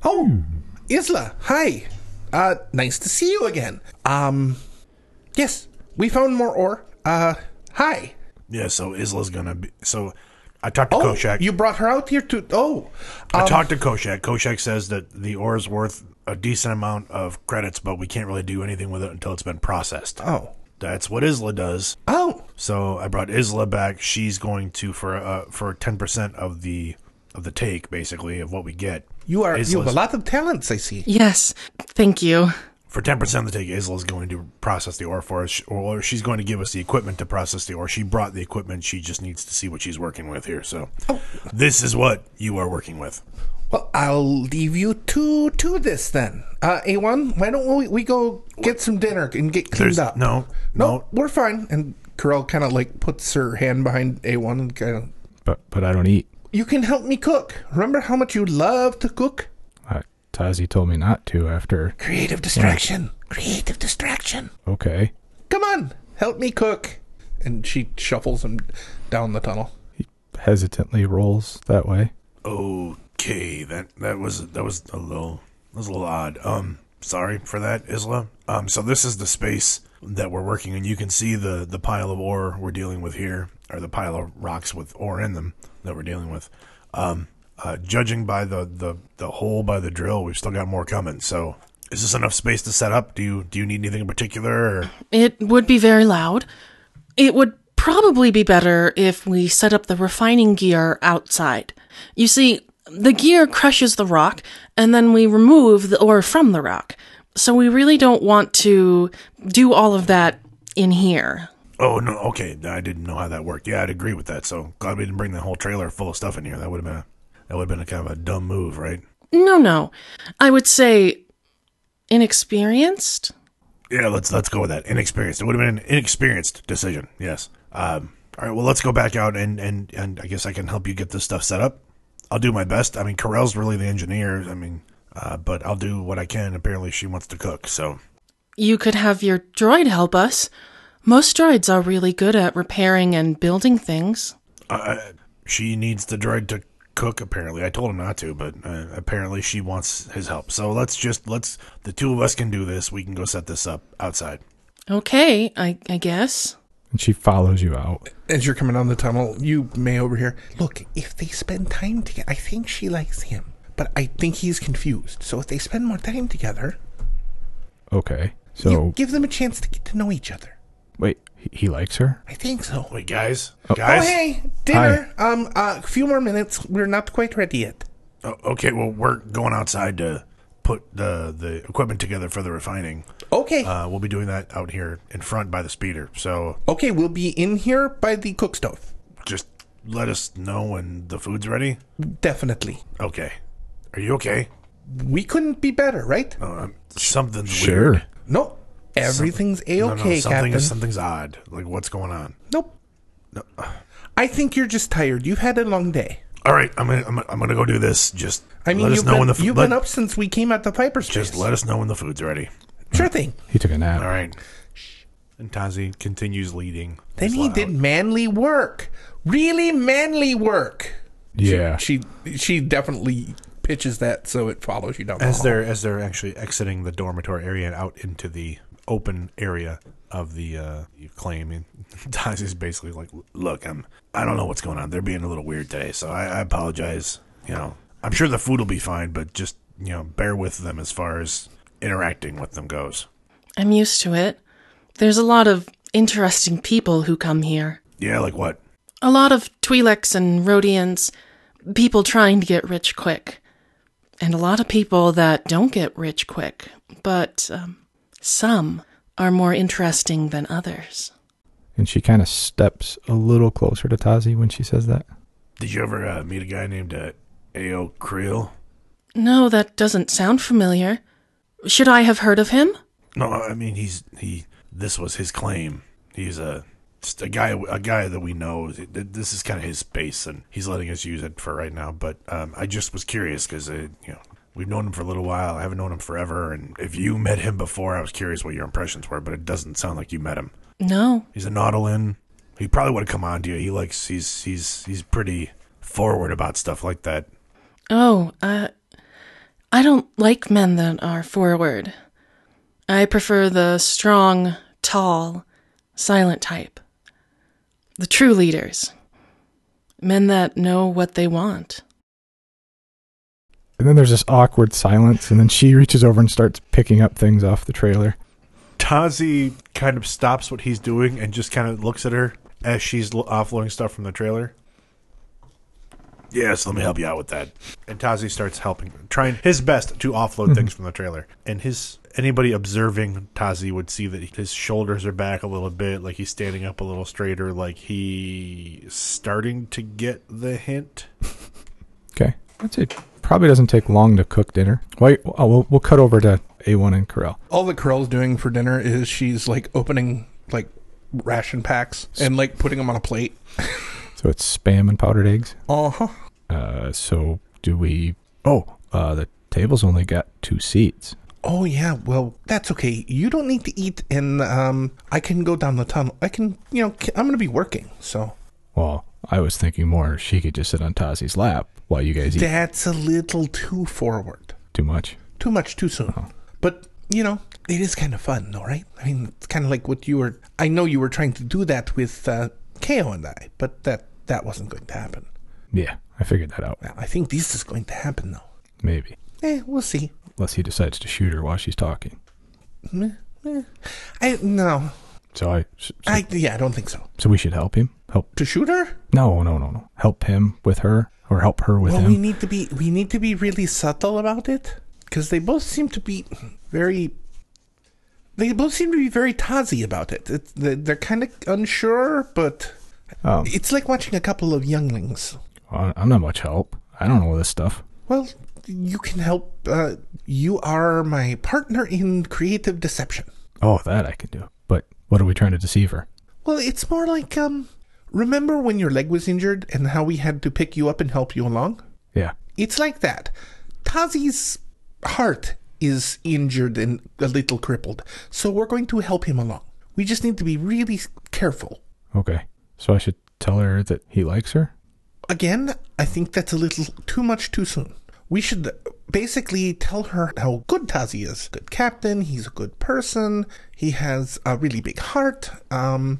S4: Oh, Isla. Hi. Uh, nice to see you again. Um, yes, we found more ore. Uh, hi.
S5: Yeah, so Isla's gonna be. So I talked to
S4: Oh,
S5: Koshak.
S4: you brought her out here to. Oh,
S5: I talked to Koshak. Koshak says that the ore is worth a decent amount of credits, but we can't really do anything with it until it's been processed.
S4: oh,
S5: That's what Isla does.
S4: oh.
S5: So I brought Isla back. She's going to for uh, for ten percent of the of the take, basically of what we get.
S4: You are. you have a
S5: Isla's-
S4: lot of talents, I see.
S9: Yes, thank you.
S5: for ten percent of the take. Isla's going to process the ore for us, or she's going to give us the equipment to process the ore. She brought the equipment. She just needs to see what she's working with here. So
S4: Oh.
S5: this is what you are working with.
S4: Well, I'll leave you to to this then. Uh, A1, why don't we, we go get some dinner and get cleaned
S5: There's-
S4: up?
S5: no,
S4: no,
S5: no.
S4: we're fine. And Corel kind of like puts her hand behind A1 and kind of,
S3: But but I don't eat.
S4: you can help me cook. Remember how much you love to cook?
S3: Uh, Tazi told me not to after.
S4: Creative distraction. Creative distraction.
S3: Okay.
S4: Come on, help me cook. And she shuffles him down the tunnel.
S3: Hesitantly rolls that way.
S5: Okay, that that was that was a little that was a little odd. Um, sorry for that, Isla. Um, so this is the space that we're working in. You can see the the pile of ore we're dealing with here, or the pile of rocks with ore in them that we're dealing with. Um, uh, judging by the the the hole by the drill, we've still got more coming. So is this enough space to set up? Do you do you need anything in particular? Or?
S9: It would be very loud. It would probably be better if we set up the refining gear outside. You see, the gear crushes the rock, and then we remove the ore from the rock. So we really don't want to do all of that in here.
S5: Oh no, okay. I didn't know how that worked. Yeah, I'd agree with that. So glad we didn't bring the whole trailer full of stuff in here. That would have been a, that would have been a kind of a dumb move, right?
S9: No, no. I would say inexperienced.
S5: Yeah, let's let's go with that. Inexperienced. It would have been an inexperienced decision. Yes. Um, all right. Well, let's go back out and and and I guess I can help you get this stuff set up. I'll do my best. I mean, Corel's really the engineer. I mean, uh, but I'll do what I can. Apparently, she wants to cook. So
S9: You could have your droid help us. Most droids are really good at repairing and building things.
S5: uh, she needs the droid to cook. Apparently, I told him not to, but uh, apparently she wants his help. So let's just let's the two of us can do this. We can go set this up outside.
S9: Okay, I, I guess.
S3: And she follows you out.
S4: As you're coming down the tunnel, you may overhear, look, if they spend time together, I think she likes him. But I think he's confused. So if they spend more time together,
S3: Okay.
S4: you
S3: So
S4: give them a chance to get to know each other.
S3: wait, he, he likes her?
S4: I think so.
S5: Wait, guys,
S4: Oh,
S5: guys.
S4: hey, dinner. Um, a few more minutes. We're not quite ready yet.
S5: Oh, okay, well, we're going outside to put the the equipment together for the refining.
S4: Okay.
S5: Uh, we'll be doing that out here in front by the speeder. So
S4: okay, we'll be in here by the cook stove.
S5: just let us know when the food's ready.
S4: Definitely.
S5: Okay. Are you okay?
S4: we couldn't be better, right?
S5: Uh, something's
S2: Sure.
S5: weird.
S4: No, everything's a
S5: No, no,
S4: okay,
S5: something
S4: Captain.
S5: Is, something's odd. Like, what's going on?
S4: Nope. I think you're just tired. You've had a long day.
S5: All right, I'm gonna, I'm, gonna- I'm gonna go do this. Just
S4: I mean,
S5: let us
S4: you've,
S5: know
S4: been,
S5: when the f-
S4: you've
S5: let,
S4: been up since we came out the Piper's
S5: Just
S4: place.
S5: let us know when the food's ready.
S4: Sure thing.
S3: He took a nap.
S5: All right.
S6: And Tazi continues leading.
S4: Then
S6: his
S4: he
S6: loud.
S4: did manly work. Really manly work.
S3: Yeah.
S4: She she definitely pitches that so it follows you down the
S6: as
S4: hall.
S6: they're as they're actually exiting the dormitory area and out into the open area of the uh, claim. And Tazi's basically like,
S5: Look, I'm. I don't know what's going on. They're being a little weird today, so I, I apologize. You know, I'm sure the food will be fine, but just you know, bear with them as far as interacting with them goes.
S9: I'm used to it. There's a lot of interesting people who come here.
S5: Yeah, like what?
S9: A lot of Twi'leks and Rhodians, people trying to get rich quick. And a lot of people that don't get rich quick, but um, some are more interesting than others.
S3: And she kind of steps a little closer to Tazi when she says that.
S5: Did you ever uh, meet a guy named uh, A.O. Creel?
S9: No, that doesn't sound familiar. Should I have heard of him?
S5: No, I mean he's he. This was his claim. He's a just a guy, a guy that we know. Th- th- This is kind of his space, and he's letting us use it for right now. But um, I just was curious because you know we've known him for a little while. I haven't known him forever, and if you met him before, I was curious what your impressions were. But it doesn't sound like you met him.
S9: No.
S5: He's a Nautilin. He probably would have come on to you. He likes. He's he's he's pretty forward about stuff like that.
S9: Oh, uh, I don't like men that are forward. I prefer the strong, tall, silent type. The true leaders. Men that know what they want.
S3: And then there's this awkward silence, and then she reaches over and starts picking up things off the trailer.
S6: Tazi kind of stops what he's doing and just kind of looks at her as she's l- offloading stuff from the trailer.
S5: Yeah, so let me help you out with that.
S6: And Tazi starts helping, trying his best to offload things
S5: Mm-hmm.
S6: from the trailer. And his anybody observing Tazi would see that his shoulders are back a little bit, like he's standing up a little straighter, like he starting to get the hint.
S3: Okay. I'd say probably doesn't take long to cook dinner. Wait, oh, we'll, we'll cut over to A1 and Corel.
S4: All that Carell's doing for dinner is she's like opening like ration packs and like putting them on a plate.
S3: So it's spam and powdered eggs.
S4: Uh huh.
S3: Uh, so do we? Oh, uh, the table's only got two seats.
S4: Oh yeah, well that's okay. You don't need to eat, and um, I can go down the tunnel. I can, you know, I'm gonna be working, so
S3: Well, I was thinking more she could just sit on Tazi's lap while you guys eat
S4: that's a little too forward,
S3: too much.
S4: too much, too soon.
S3: Uh-huh.
S4: But you know, it is kind of fun, all right. I mean, it's kind of like what you were. I know you were trying to do that with uh, Ko and I, but that that wasn't going to happen.
S3: Yeah, I figured that out.
S4: Well, I think this is going to happen though.
S3: Maybe.
S4: Eh, we'll see.
S3: Unless he decides to shoot her while she's talking.
S4: Meh, meh. I no,
S3: So I, so,
S4: I yeah, I don't think so.
S3: so we should help him. Help?
S4: To shoot her?
S3: No, no, no, no. Help him with her, or help her with
S4: well, we
S3: him.
S4: need to be we need to be really subtle about it because they both seem to be very. They both seem to be very tazy about it. It's, they- they're kind of unsure, but
S3: Um,
S4: it's like watching a couple of younglings.
S3: I- I'm not much help. I don't know this stuff.
S4: Well, you can help. Uh, you are my partner in creative deception.
S3: Oh, that I can do. But what are we trying to deceive her?
S4: Well, it's more like um, remember when your leg was injured and how we had to pick you up and help you along?
S3: Yeah.
S4: It's like that. Tazi's heart is injured and a little crippled, so we're going to help him along. We just need to be really careful.
S3: Okay. So I should tell her that he likes her.
S4: Again, I think that's a little too much too soon. We should basically tell her how good Tazi is. Good captain, he's a good person, he has a really big heart. Um,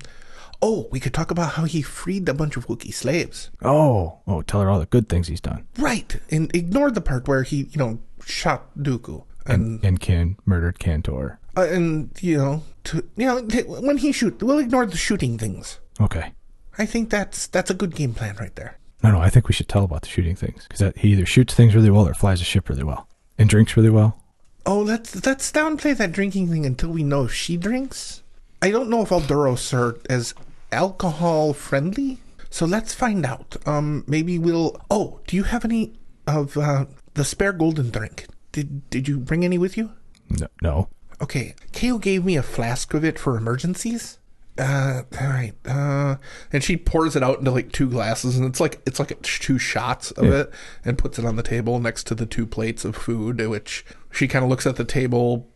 S4: oh, we could talk about how he freed a bunch of Wookiee slaves.
S3: Oh, oh, tell her all the good things he's done.
S4: Right, and ignore the part where he, you know, shot Dooku.
S3: And and Ken murdered Cantor.
S4: uh, and you know, to, you know, t- when he shoot, we'll ignore the shooting things.
S3: Okay.
S4: I think that's that's a good game plan right there.
S3: No, no, I think we should tell about the shooting things because he either shoots things really well or flies a ship really well and drinks really well.
S4: Oh, let's let's downplay that drinking thing until we know if she drinks. I don't know if Alduros are as alcohol friendly, so let's find out. Um, maybe we'll. Oh, do you have any of uh, the spare golden drink? Did Did you bring any with you?
S3: No, no.
S4: Okay, Kale gave me a flask of it for emergencies. Uh, all right. Uh, and she pours it out into like two glasses, and it's like it's like two shots of
S3: Yeah.
S4: it, and puts it on the table next to the two plates of food. Which she kind of looks at the table,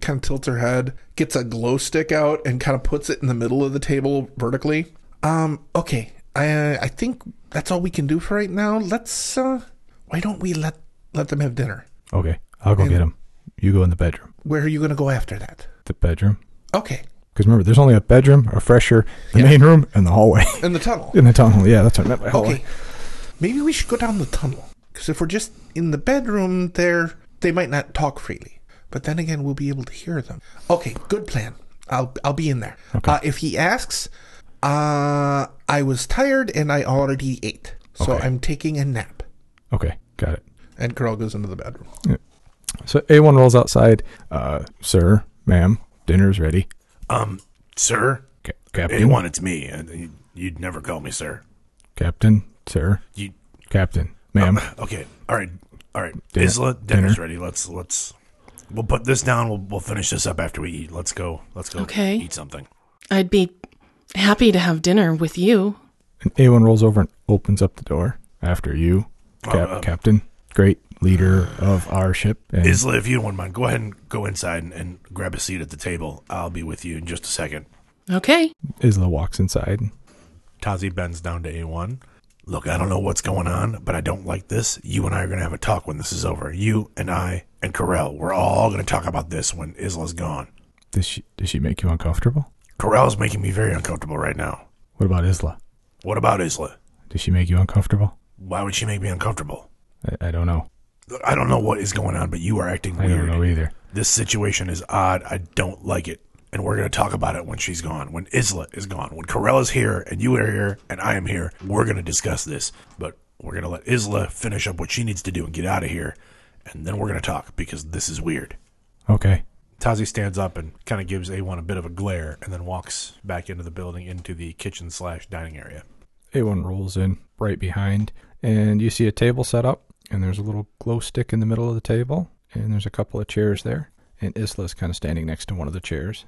S4: kind of tilts her head, gets a glow stick out, and kind of puts it in the middle of the table vertically. Um. Okay. I I think that's all we can do for right now. Let's. Uh, why don't we let let them have dinner?
S3: Okay, I'll go
S4: And-
S3: get him. You go in the bedroom.
S4: Where are you going to go after that?
S3: The bedroom.
S4: Okay.
S3: Because remember, there's only a bedroom, a fresher, the
S4: Yeah.
S3: main room, and the hallway.
S4: In the tunnel.
S3: in the tunnel. Yeah, that's what I meant by hallway.
S4: Okay. Maybe we should go down the tunnel. Because if we're just in the bedroom, there they might not talk freely. But then again, we'll be able to hear them. Okay, good plan. I'll I'll be in there. Uh, if he asks, uh, I was tired and I already ate, so
S3: Okay.
S4: I'm taking a nap.
S3: Okay, got it.
S4: And Carl goes into the bedroom.
S3: So A1 rolls outside. Uh, sir, ma'am, dinner's ready.
S5: Um, sir,
S3: Ca- Captain,
S5: they wanted me. and you- You'd never call me sir.
S3: Captain, sir,
S5: You
S3: Captain, ma'am.
S5: okay? All right, all right.
S3: Dinner-
S5: Isla, dinner's
S3: dinner.
S5: ready. Let's let's we'll put this down. We'll we'll finish this up after we eat. Let's go. Let's go.
S9: Okay.
S5: Eat something.
S9: I'd be happy to have dinner with you.
S3: and A1 rolls over and opens up the door after you, Cap-
S5: Uh, uh.
S3: Captain, great leader of our ship. And
S5: Isla, if you don't mind, go ahead and go inside and, and grab a seat at the table. I'll be with you in just a second.
S9: Okay.
S3: Isla walks inside.
S6: Tazi bends down to A1.
S5: Look, I don't know what's going on, but I don't like this. You and I are going to have a talk when this is over. You and I and Corell, we're all going to talk about this when Isla's gone.
S3: Does she, does she make you uncomfortable?
S5: Corell's making me very uncomfortable right now.
S3: What about Isla?
S5: What about Isla?
S3: Does she make you uncomfortable?
S5: Why would she make me uncomfortable?
S3: I, I don't know.
S5: Look, I don't know what is going on, but you are acting
S3: I don't
S5: weird.
S3: know either.
S5: This situation is odd. I don't like it. And we're going to talk about it when she's gone, when Isla is gone, when Corell is here and you are here and I am here. We're going to discuss this, but we're going to let Isla finish up what she needs to do and get out of here. And then we're going to talk because this is weird.
S3: Okay.
S6: Tazi stands up and kind of gives A1 a bit of a glare and then walks back into the building into the kitchen slash dining area.
S3: A1 rolls in right behind, and you see a table set up, and there's a little glow stick in the middle of the table, and there's a couple of chairs there, and Isla's kind of standing next to one of the chairs.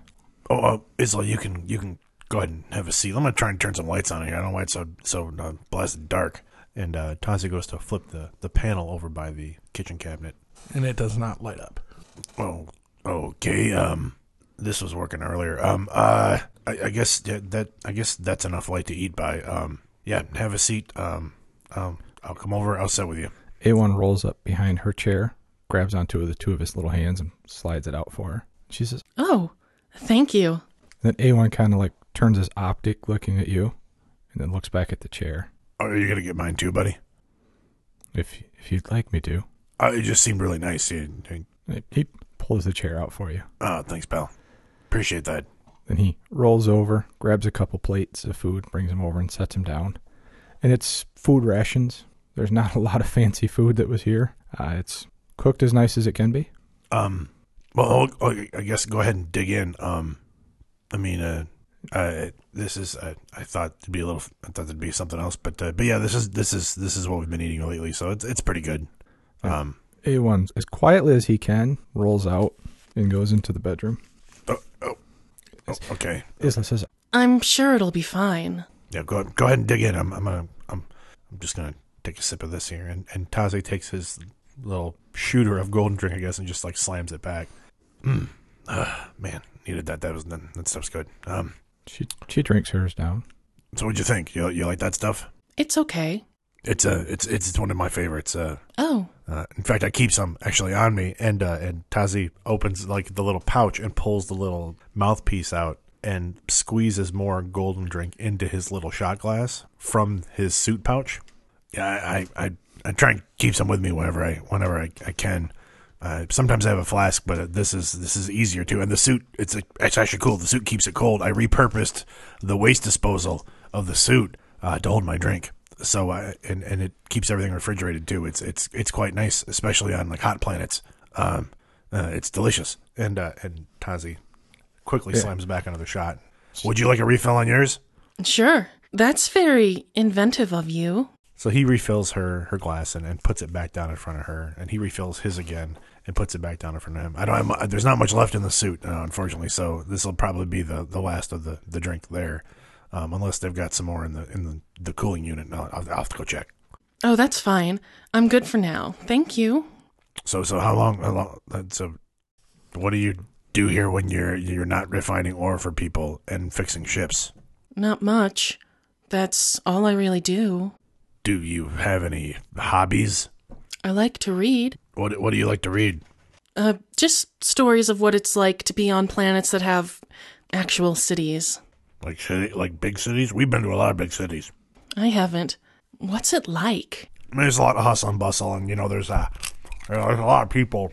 S5: Oh, uh, Isla, you can you can go ahead and have a seat. I'm going to try and turn some lights on here. I don't know why it's so, so uh, blasted dark.
S6: And uh, Tazi goes to flip the, the panel over by the kitchen cabinet.
S4: And it does not light up.
S5: Oh, okay. Um, this was working earlier. Um, uh, I, I guess that, that I guess that's enough light to eat by. Um, yeah, have a seat. Um, um, I'll come over. I'll sit with you.
S3: A1 rolls up behind her chair, grabs onto the two of his little hands, and slides it out for her. She says,
S9: Oh, thank you.
S3: then A1 kind of like turns his optic looking at you, and then looks back at the chair.
S5: Are Oh, you gonna get mine too, buddy?
S3: If if you'd like me to,
S5: Uh, it just seemed really nice. You- you-
S3: And he pulls the chair out for you.
S5: Uh, thanks, pal. Appreciate that.
S3: Then he rolls over, grabs a couple plates of food, brings them over, and sets them down. And it's food rations. There's not a lot of fancy food that was here. Uh, it's cooked as nice as it can be.
S5: Um, well, I'll- I'll- I guess go ahead and dig in. Um, I mean, uh, uh, this is I, I thought it'd be a little I thought there'd be something else, but uh, but yeah, this is this is this is what we've been eating lately, so it's it's pretty good. Um,
S3: A1, as quietly as he can, rolls out and goes into the bedroom.
S5: Oh, oh, oh okay.
S3: Isla says,
S9: I'm sure it'll be fine.
S5: Yeah, go go ahead and dig in. I'm I'm gonna I'm I'm just gonna take a sip of this here.
S6: And, and Tazi takes his little shooter of golden drink, I guess, and just like slams it back.
S5: Mm. Man, needed that. That was that, that stuff's good. Um,
S3: she, she drinks hers down.
S5: so what'd you think? You you like that stuff?
S9: It's okay.
S5: It's uh it's it's, it's one of my favorites. Uh,
S9: Oh,
S5: uh,
S6: In fact, I keep some actually on me. And uh, and Tazi opens like the little pouch and pulls the little mouthpiece out and squeezes more golden drink into his little shot glass from his suit pouch.
S5: yeah, I, I I I try and keep some with me whenever I whenever I, I can. Uh, sometimes I have a flask, but uh, this is this is easier too. And the suit, it's a, it's actually cool. The suit keeps it cold. I repurposed the waste disposal of the suit uh, to hold my drink. So I and and it keeps everything refrigerated too. It's it's it's quite nice, especially on like hot planets. Um, uh, it's delicious.
S6: And uh, and Tazi quickly slams back another shot.
S5: Would you like a refill on yours?
S9: sure. That's very inventive of you.
S6: So he refills her her glass and, and puts it back down in front of her, and he refills his again, and puts it back down in front of him.
S5: I don't have. mu- There's not much left in the suit, uh, unfortunately. So this will probably be the, the last of the, the drink there, um, unless they've got some more in the in the, the cooling unit. I'll, I'll I'll have to go check.
S9: Oh, that's fine. I'm good for now. Thank you.
S5: So so how long? How long uh, so what do you do here when you're you're not refining ore for people and fixing ships?
S9: Not much. That's all I really do.
S5: Do you have any hobbies?
S9: I like to read.
S5: What what do you like to read?
S9: Uh, just stories of what it's like to be on planets that have actual cities.
S5: Like city, like big cities? We've been to a lot of big cities.
S9: I haven't. What's it like?
S5: I mean, there's a lot of hustle and bustle, and you know, there's a you know, there's a lot of people,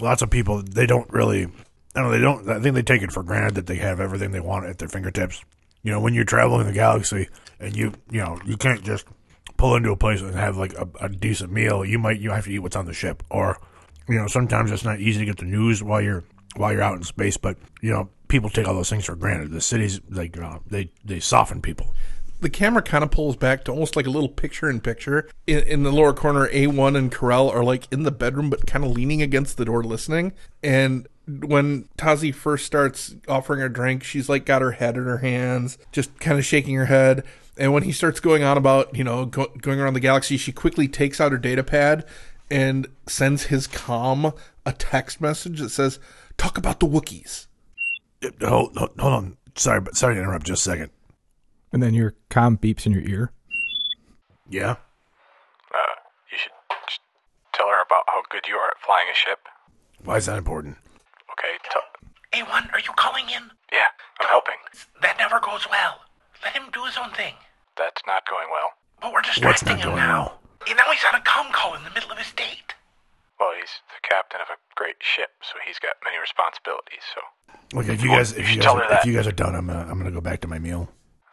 S5: lots of people. They don't really, I don't know, they don't. I think they take it for granted that they have everything they want at their fingertips. You know, when you're traveling the galaxy, and you you know you can't just pull into a place and have like a, a decent meal. You might you have to eat what's on the ship, or you know, sometimes it's not easy to get the news while you're while you're out in space. But you know, people take all those things for granted. The cities like uh, they they soften people.
S4: The camera kind of pulls back to almost like a little picture in picture. In, in the lower corner, A1 and Corell are like in the bedroom, but kind of leaning against the door listening. And when Tazi first starts offering her drink, she's like got her head in her hands, just kind of shaking her head. And when he starts going on about, you know, go, going around the galaxy, she quickly takes out her data pad and sends his com a text message that says, Talk about the Wookiees.
S5: Hold, hold, hold on, sorry, but sorry to interrupt. Just a second.
S3: And then your comm beeps in your ear.
S5: Yeah.
S7: Uh, you should just tell her about how good you are at flying a ship.
S5: Why is that important?
S7: Okay, t-
S10: A1, are you calling in?
S7: yeah, I'm helping.
S10: That never goes well. Let him do his own thing.
S7: That's not going well.
S10: But we're
S5: What's
S10: distracting him
S5: not going
S10: now.
S5: well?
S10: And now he's on a com call in the middle of his date.
S7: Well, he's the captain of a great ship, so he's got many responsibilities, so.
S5: Look, if you
S7: Oh,
S5: guys,
S7: you
S5: if
S7: should
S5: you guys,
S7: tell
S5: are,
S7: her that.
S5: if you guys are done, I'm gonna, I'm gonna go back to my meal.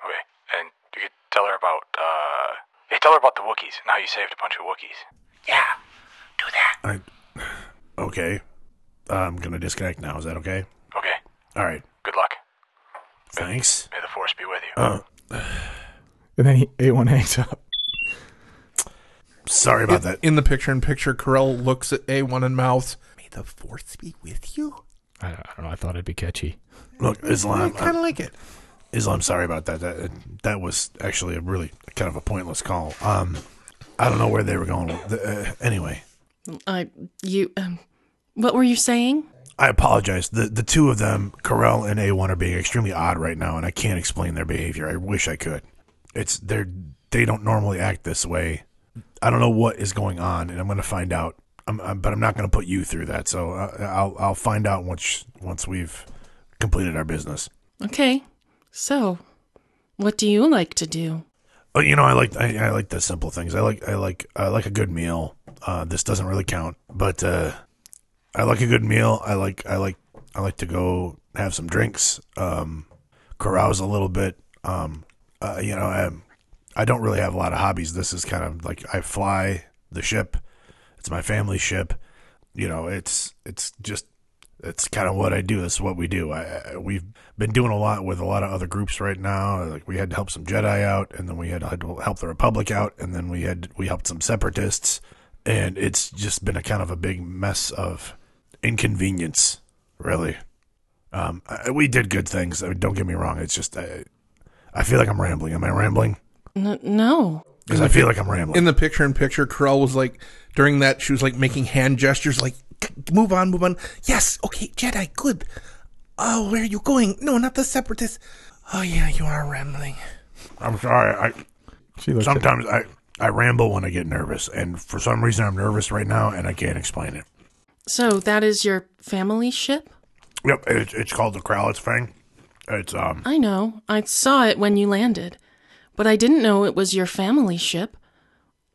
S7: Okay, and you could tell her about, uh. Hey, tell her about the Wookiees and how you saved a bunch of Wookiees.
S10: Yeah, do that.
S5: I, okay, I'm gonna disconnect now. Is that okay?
S7: Okay,
S5: All right.
S7: good luck.
S5: Thanks.
S7: May the Force be with you.
S3: And then he A1 hangs up.
S5: Sorry about that.
S4: In the picture in picture, Corell looks at A1 and mouths, May the force be with you.
S3: I, I don't know. I thought it'd be catchy.
S5: Look, Islam,
S4: I kind of like it.
S5: Islam. Sorry about that. That that was actually a really kind of a pointless call. Um, I don't know where they were going. with the- Uh, anyway,
S9: I, you, um, what were you saying?
S5: I apologize. The the two of them, Corel and A1, are being extremely odd right now, and I can't explain their behavior. I wish I could. It's they're they don't normally act this way. I don't know what is going on, and I'm going to find out. I'm, I'm, but I'm not going to put you through that. So I, I'll I'll find out once once we've completed our business.
S9: Okay, so, what do you like to do?
S5: Oh, you know, I like I, I like the simple things. I like I like I like a good meal. Uh, this doesn't really count, but uh, I like a good meal. I like I like I like to go have some drinks, um, carouse a little bit. Um, uh, you know, I, I don't really have a lot of hobbies. This is kind of like I fly the ship. It's my family ship. You know, it's it's just it's kind of what I do. It's what we do. I, I we've been doing a lot with a lot of other groups right now. Like we had to help some Jedi out, and then we had to help the Republic out, and then we had we helped some separatists, and it's just been a kind of a big mess of inconvenience, really. Um, I, we did good things. I mean, don't get me wrong. It's just I, I feel like I'm rambling. Am I rambling?
S9: N- no.
S5: Because I feel like I'm rambling.
S4: In the picture in picture, Corell was like, during that, she was like making hand gestures, like, "C- move on, move on. Yes, okay, Jedi, good. Oh, where are you going? No, not the Separatists. Oh, yeah, you are rambling.
S5: I'm sorry. I
S3: She looked at
S5: sometimes I I ramble when I get nervous, and for some reason I'm nervous right now, and I can't explain it.
S9: So, that is your family ship?
S5: Yep, it's, it's called the Crowlitz thing. It's um,
S9: I know. I saw it when you landed. But I didn't know it was your family ship.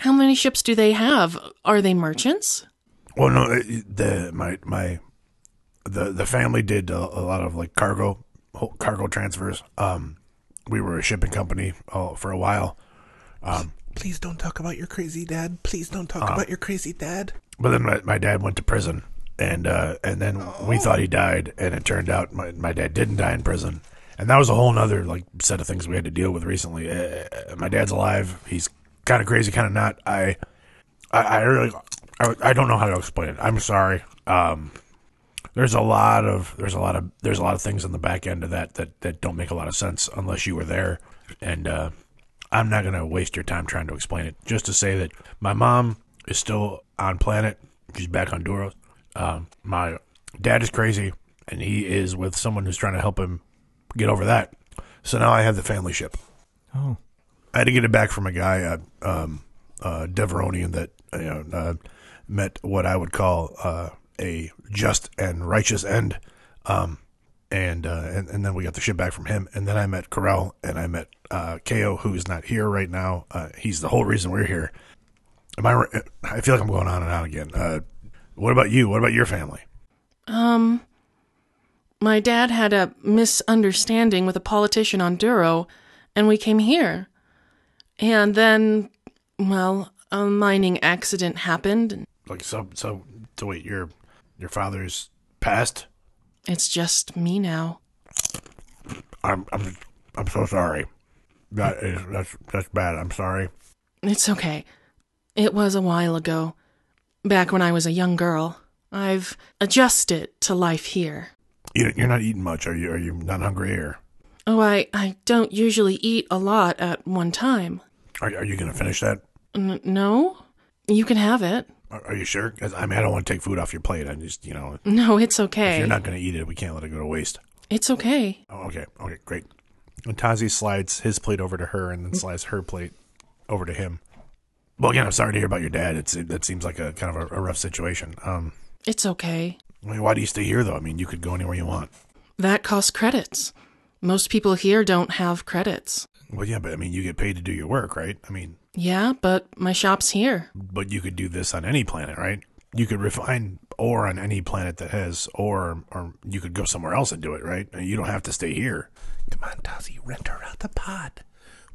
S9: How many ships do they have? Are they merchants?
S5: well, no, it- the my my the the family did a, a lot of like cargo ho- cargo transfers. Um, we were a shipping company uh, for a while,
S4: Please don't talk about your crazy dad. Please don't talk about your crazy dad.
S5: but then my, my dad went to prison, and uh, and then we thought he died, and it turned out my my dad didn't die in prison. And that was a whole nother like set of things we had to deal with recently. Uh, my dad's alive. He's kind of crazy, kind of not. I I, I really I, I don't know how to explain it. I'm sorry. Um, there's a lot of there's a lot of there's a lot of things on the back end of that that that don't make a lot of sense unless you were there, and uh, I'm not gonna waste your time trying to explain it. Just to say that my mom is still on planet. She's back on Duros. Um, my dad is crazy, and he is with someone who's trying to help him get over that. So now I have the family ship.
S3: Oh,
S5: I had to get it back from a guy, uh, um, uh, Deveronian, that you know, uh, met what I would call uh, a just and righteous end. Um, and, uh, and and then we got the shit back from him. And then I met Corell and I met uh, KO, who's not here right now. Uh, he's the whole reason we're here. Am I? re- I feel like I'm going on and on again. Uh, what about you? What about your family?
S9: Um, my dad had a misunderstanding with a politician on Duro, and we came here. And then, well, a mining accident happened, and
S5: Like so so so wait, your your father's passed.
S9: it's just me now.
S5: I'm I'm I'm so sorry. That is that's that's bad. I'm sorry.
S9: It's okay. It was a while ago, back when I was a young girl. I've adjusted to life here.
S5: You, you're not eating much, are you? Are you not hungry or
S9: Oh, I, I don't usually eat a lot at one time.
S5: are, are you gonna finish that?
S9: N- no? You can have it.
S5: Are, are you sure? 'Cause, I mean, I don't want to take food off your plate. I just you know,
S9: No, it's
S5: if
S9: okay.
S5: you're not gonna eat it, we can't let it go to waste.
S9: it's okay.
S5: Oh, okay, okay, great.
S6: And Tazi slides his plate over to her and then slides her plate over to him.
S5: Well, again, I'm sorry to hear about your dad. It's it, that seems like a kind of a, a rough situation. Um,
S9: It's okay.
S5: I mean, why do you stay here though? I mean, you could go anywhere you want.
S9: That costs credits. Most people here don't have credits.
S5: Well, yeah, but I mean, you get paid to do your work, right? I mean,
S9: Yeah, but my shop's here.
S5: but you could do this on any planet, right? You could refine ore on any planet that has ore, or you could go somewhere else and do it, right? You don't have to stay here.
S4: Come on, Tazi, rent her out the pod.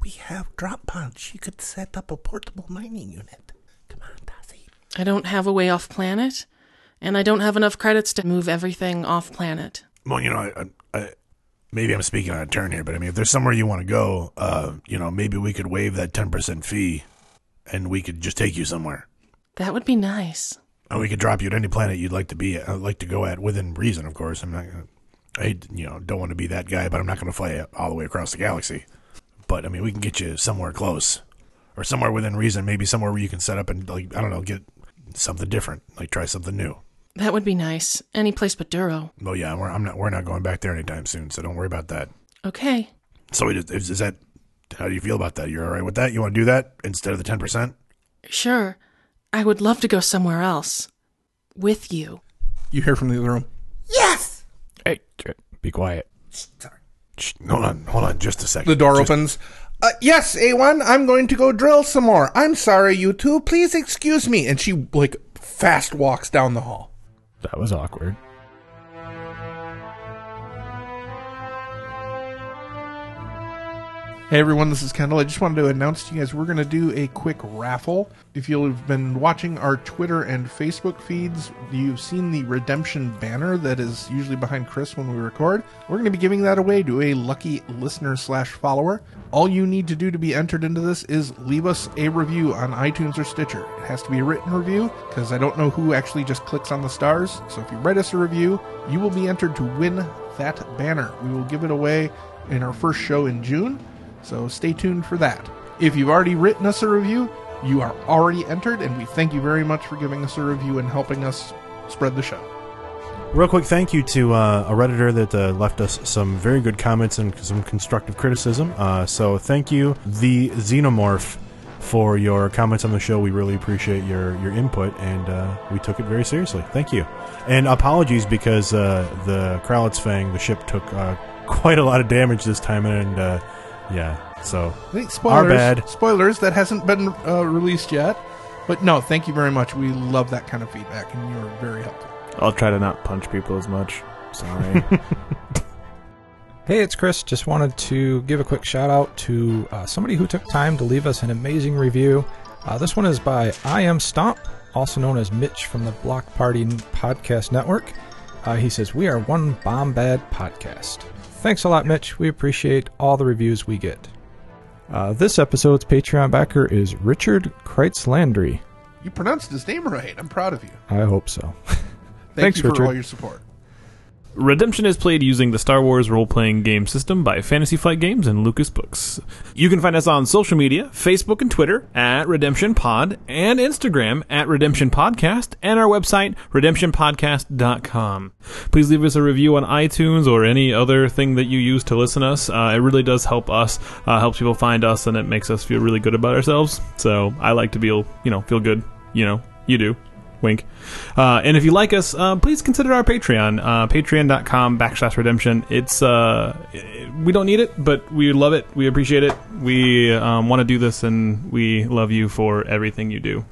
S4: We have drop pods. She could set up a portable mining unit. Come on, Tazi.
S9: I don't have a way off planet, and I don't have enough credits to move everything off planet.
S5: Well, you know, I, I, I, maybe I'm speaking on a turn here, but I mean, if there's somewhere you want to go, uh, you know, maybe we could waive that 10% fee and we could just take you somewhere.
S9: That would be nice.
S5: And we could drop you at any planet you'd like to be at, like to go at within reason, of course. I'm not going to. I you know don't want to be that guy, but I'm not going to fly all the way across the galaxy. But I mean, we can get you somewhere close, or somewhere within reason. Maybe somewhere where you can set up and like I don't know, get something different, like try something new.
S9: That would be nice. Any place but Duro.
S5: Well, yeah, we're, I'm not we're not going back there anytime soon, so don't worry about that.
S9: Okay.
S5: So it is, is is that how do you feel about that? You're all right with that? You want to do that instead of the ten percent?
S9: Sure. I would love to go somewhere else. With you.
S4: You hear from the other room.
S10: Yes!
S3: hey, j- be quiet.
S5: Hold on, hold on, just a second.
S4: The door
S5: Just-
S4: opens. Uh, yes, A1, I'm going to go drill some more. I'm sorry, you two. Please excuse me. And she, like, fast walks down the hall.
S3: That was awkward.
S4: Hey everyone, this is Kendall. I just wanted to announce to you guys we're going to do a quick raffle. If you've been watching our Twitter and Facebook feeds, you've seen the redemption banner that is usually behind Chris when we record. We're going to be giving that away to a lucky listener slash follower. All you need to do to be entered into this is leave us a review on iTunes or Stitcher. It has to be a written review because I don't know who actually just clicks on the stars. So if you write us a review, you will be entered to win that banner. We will give it away in our first show in June. So stay tuned for that. If you've already written us a review, you are already entered, and we thank you very much for giving us a review and helping us spread the show.
S6: Real quick, thank you to uh, a redditor that uh, left us some very good comments and some constructive criticism. Uh, so thank you, the Xenomorph, for your comments on the show. We really appreciate your your input, and uh, we took it very seriously. Thank you, and apologies because uh, the Kralitz Fang, the ship, took uh, quite a lot of damage this time, and uh, yeah, so
S4: I think spoilers,
S6: bad.
S4: spoilers that hasn't been uh, released yet, but no, thank you very much. We love that kind of feedback, and you are very helpful.
S11: I'll try to not punch people as much. Sorry.
S3: Hey, it's Chris. Just wanted to give a quick shout out to uh, somebody who took time to leave us an amazing review. Uh, this one is by I Am Stomp, also known as Mitch from the Block Party Podcast Network. Uh, he says, We are one bomb bad podcast. Thanks a lot, Mitch. We appreciate all the reviews we get. Uh, this episode's Patreon backer is Richard Kreitz Landry.
S4: You pronounced his name right. I'm proud of you.
S3: I hope so.
S4: Thank
S5: Thanks,
S4: you for
S5: Richard.
S4: all your support.
S5: Redemption is played using the Star Wars role playing game system by Fantasy Flight Games and Lucas Books. You can find us on social media Facebook and Twitter at Redemption Pod, and Instagram at Redemption Podcast, and our website, redemptionpodcast.com. Please leave us a review on iTunes or any other thing that you use to listen us. Uh, it really does help us, uh, helps people find us, and it makes us feel really good about ourselves. So I like to feel, you know, feel good. You know, you do. Wink. Uh, and if you like us, uh, please consider our Patreon, uh, patreon.com backslash redemption. It's, uh, we don't need it, but we love it. We appreciate it. We um, want to do this, and we love you for everything you do.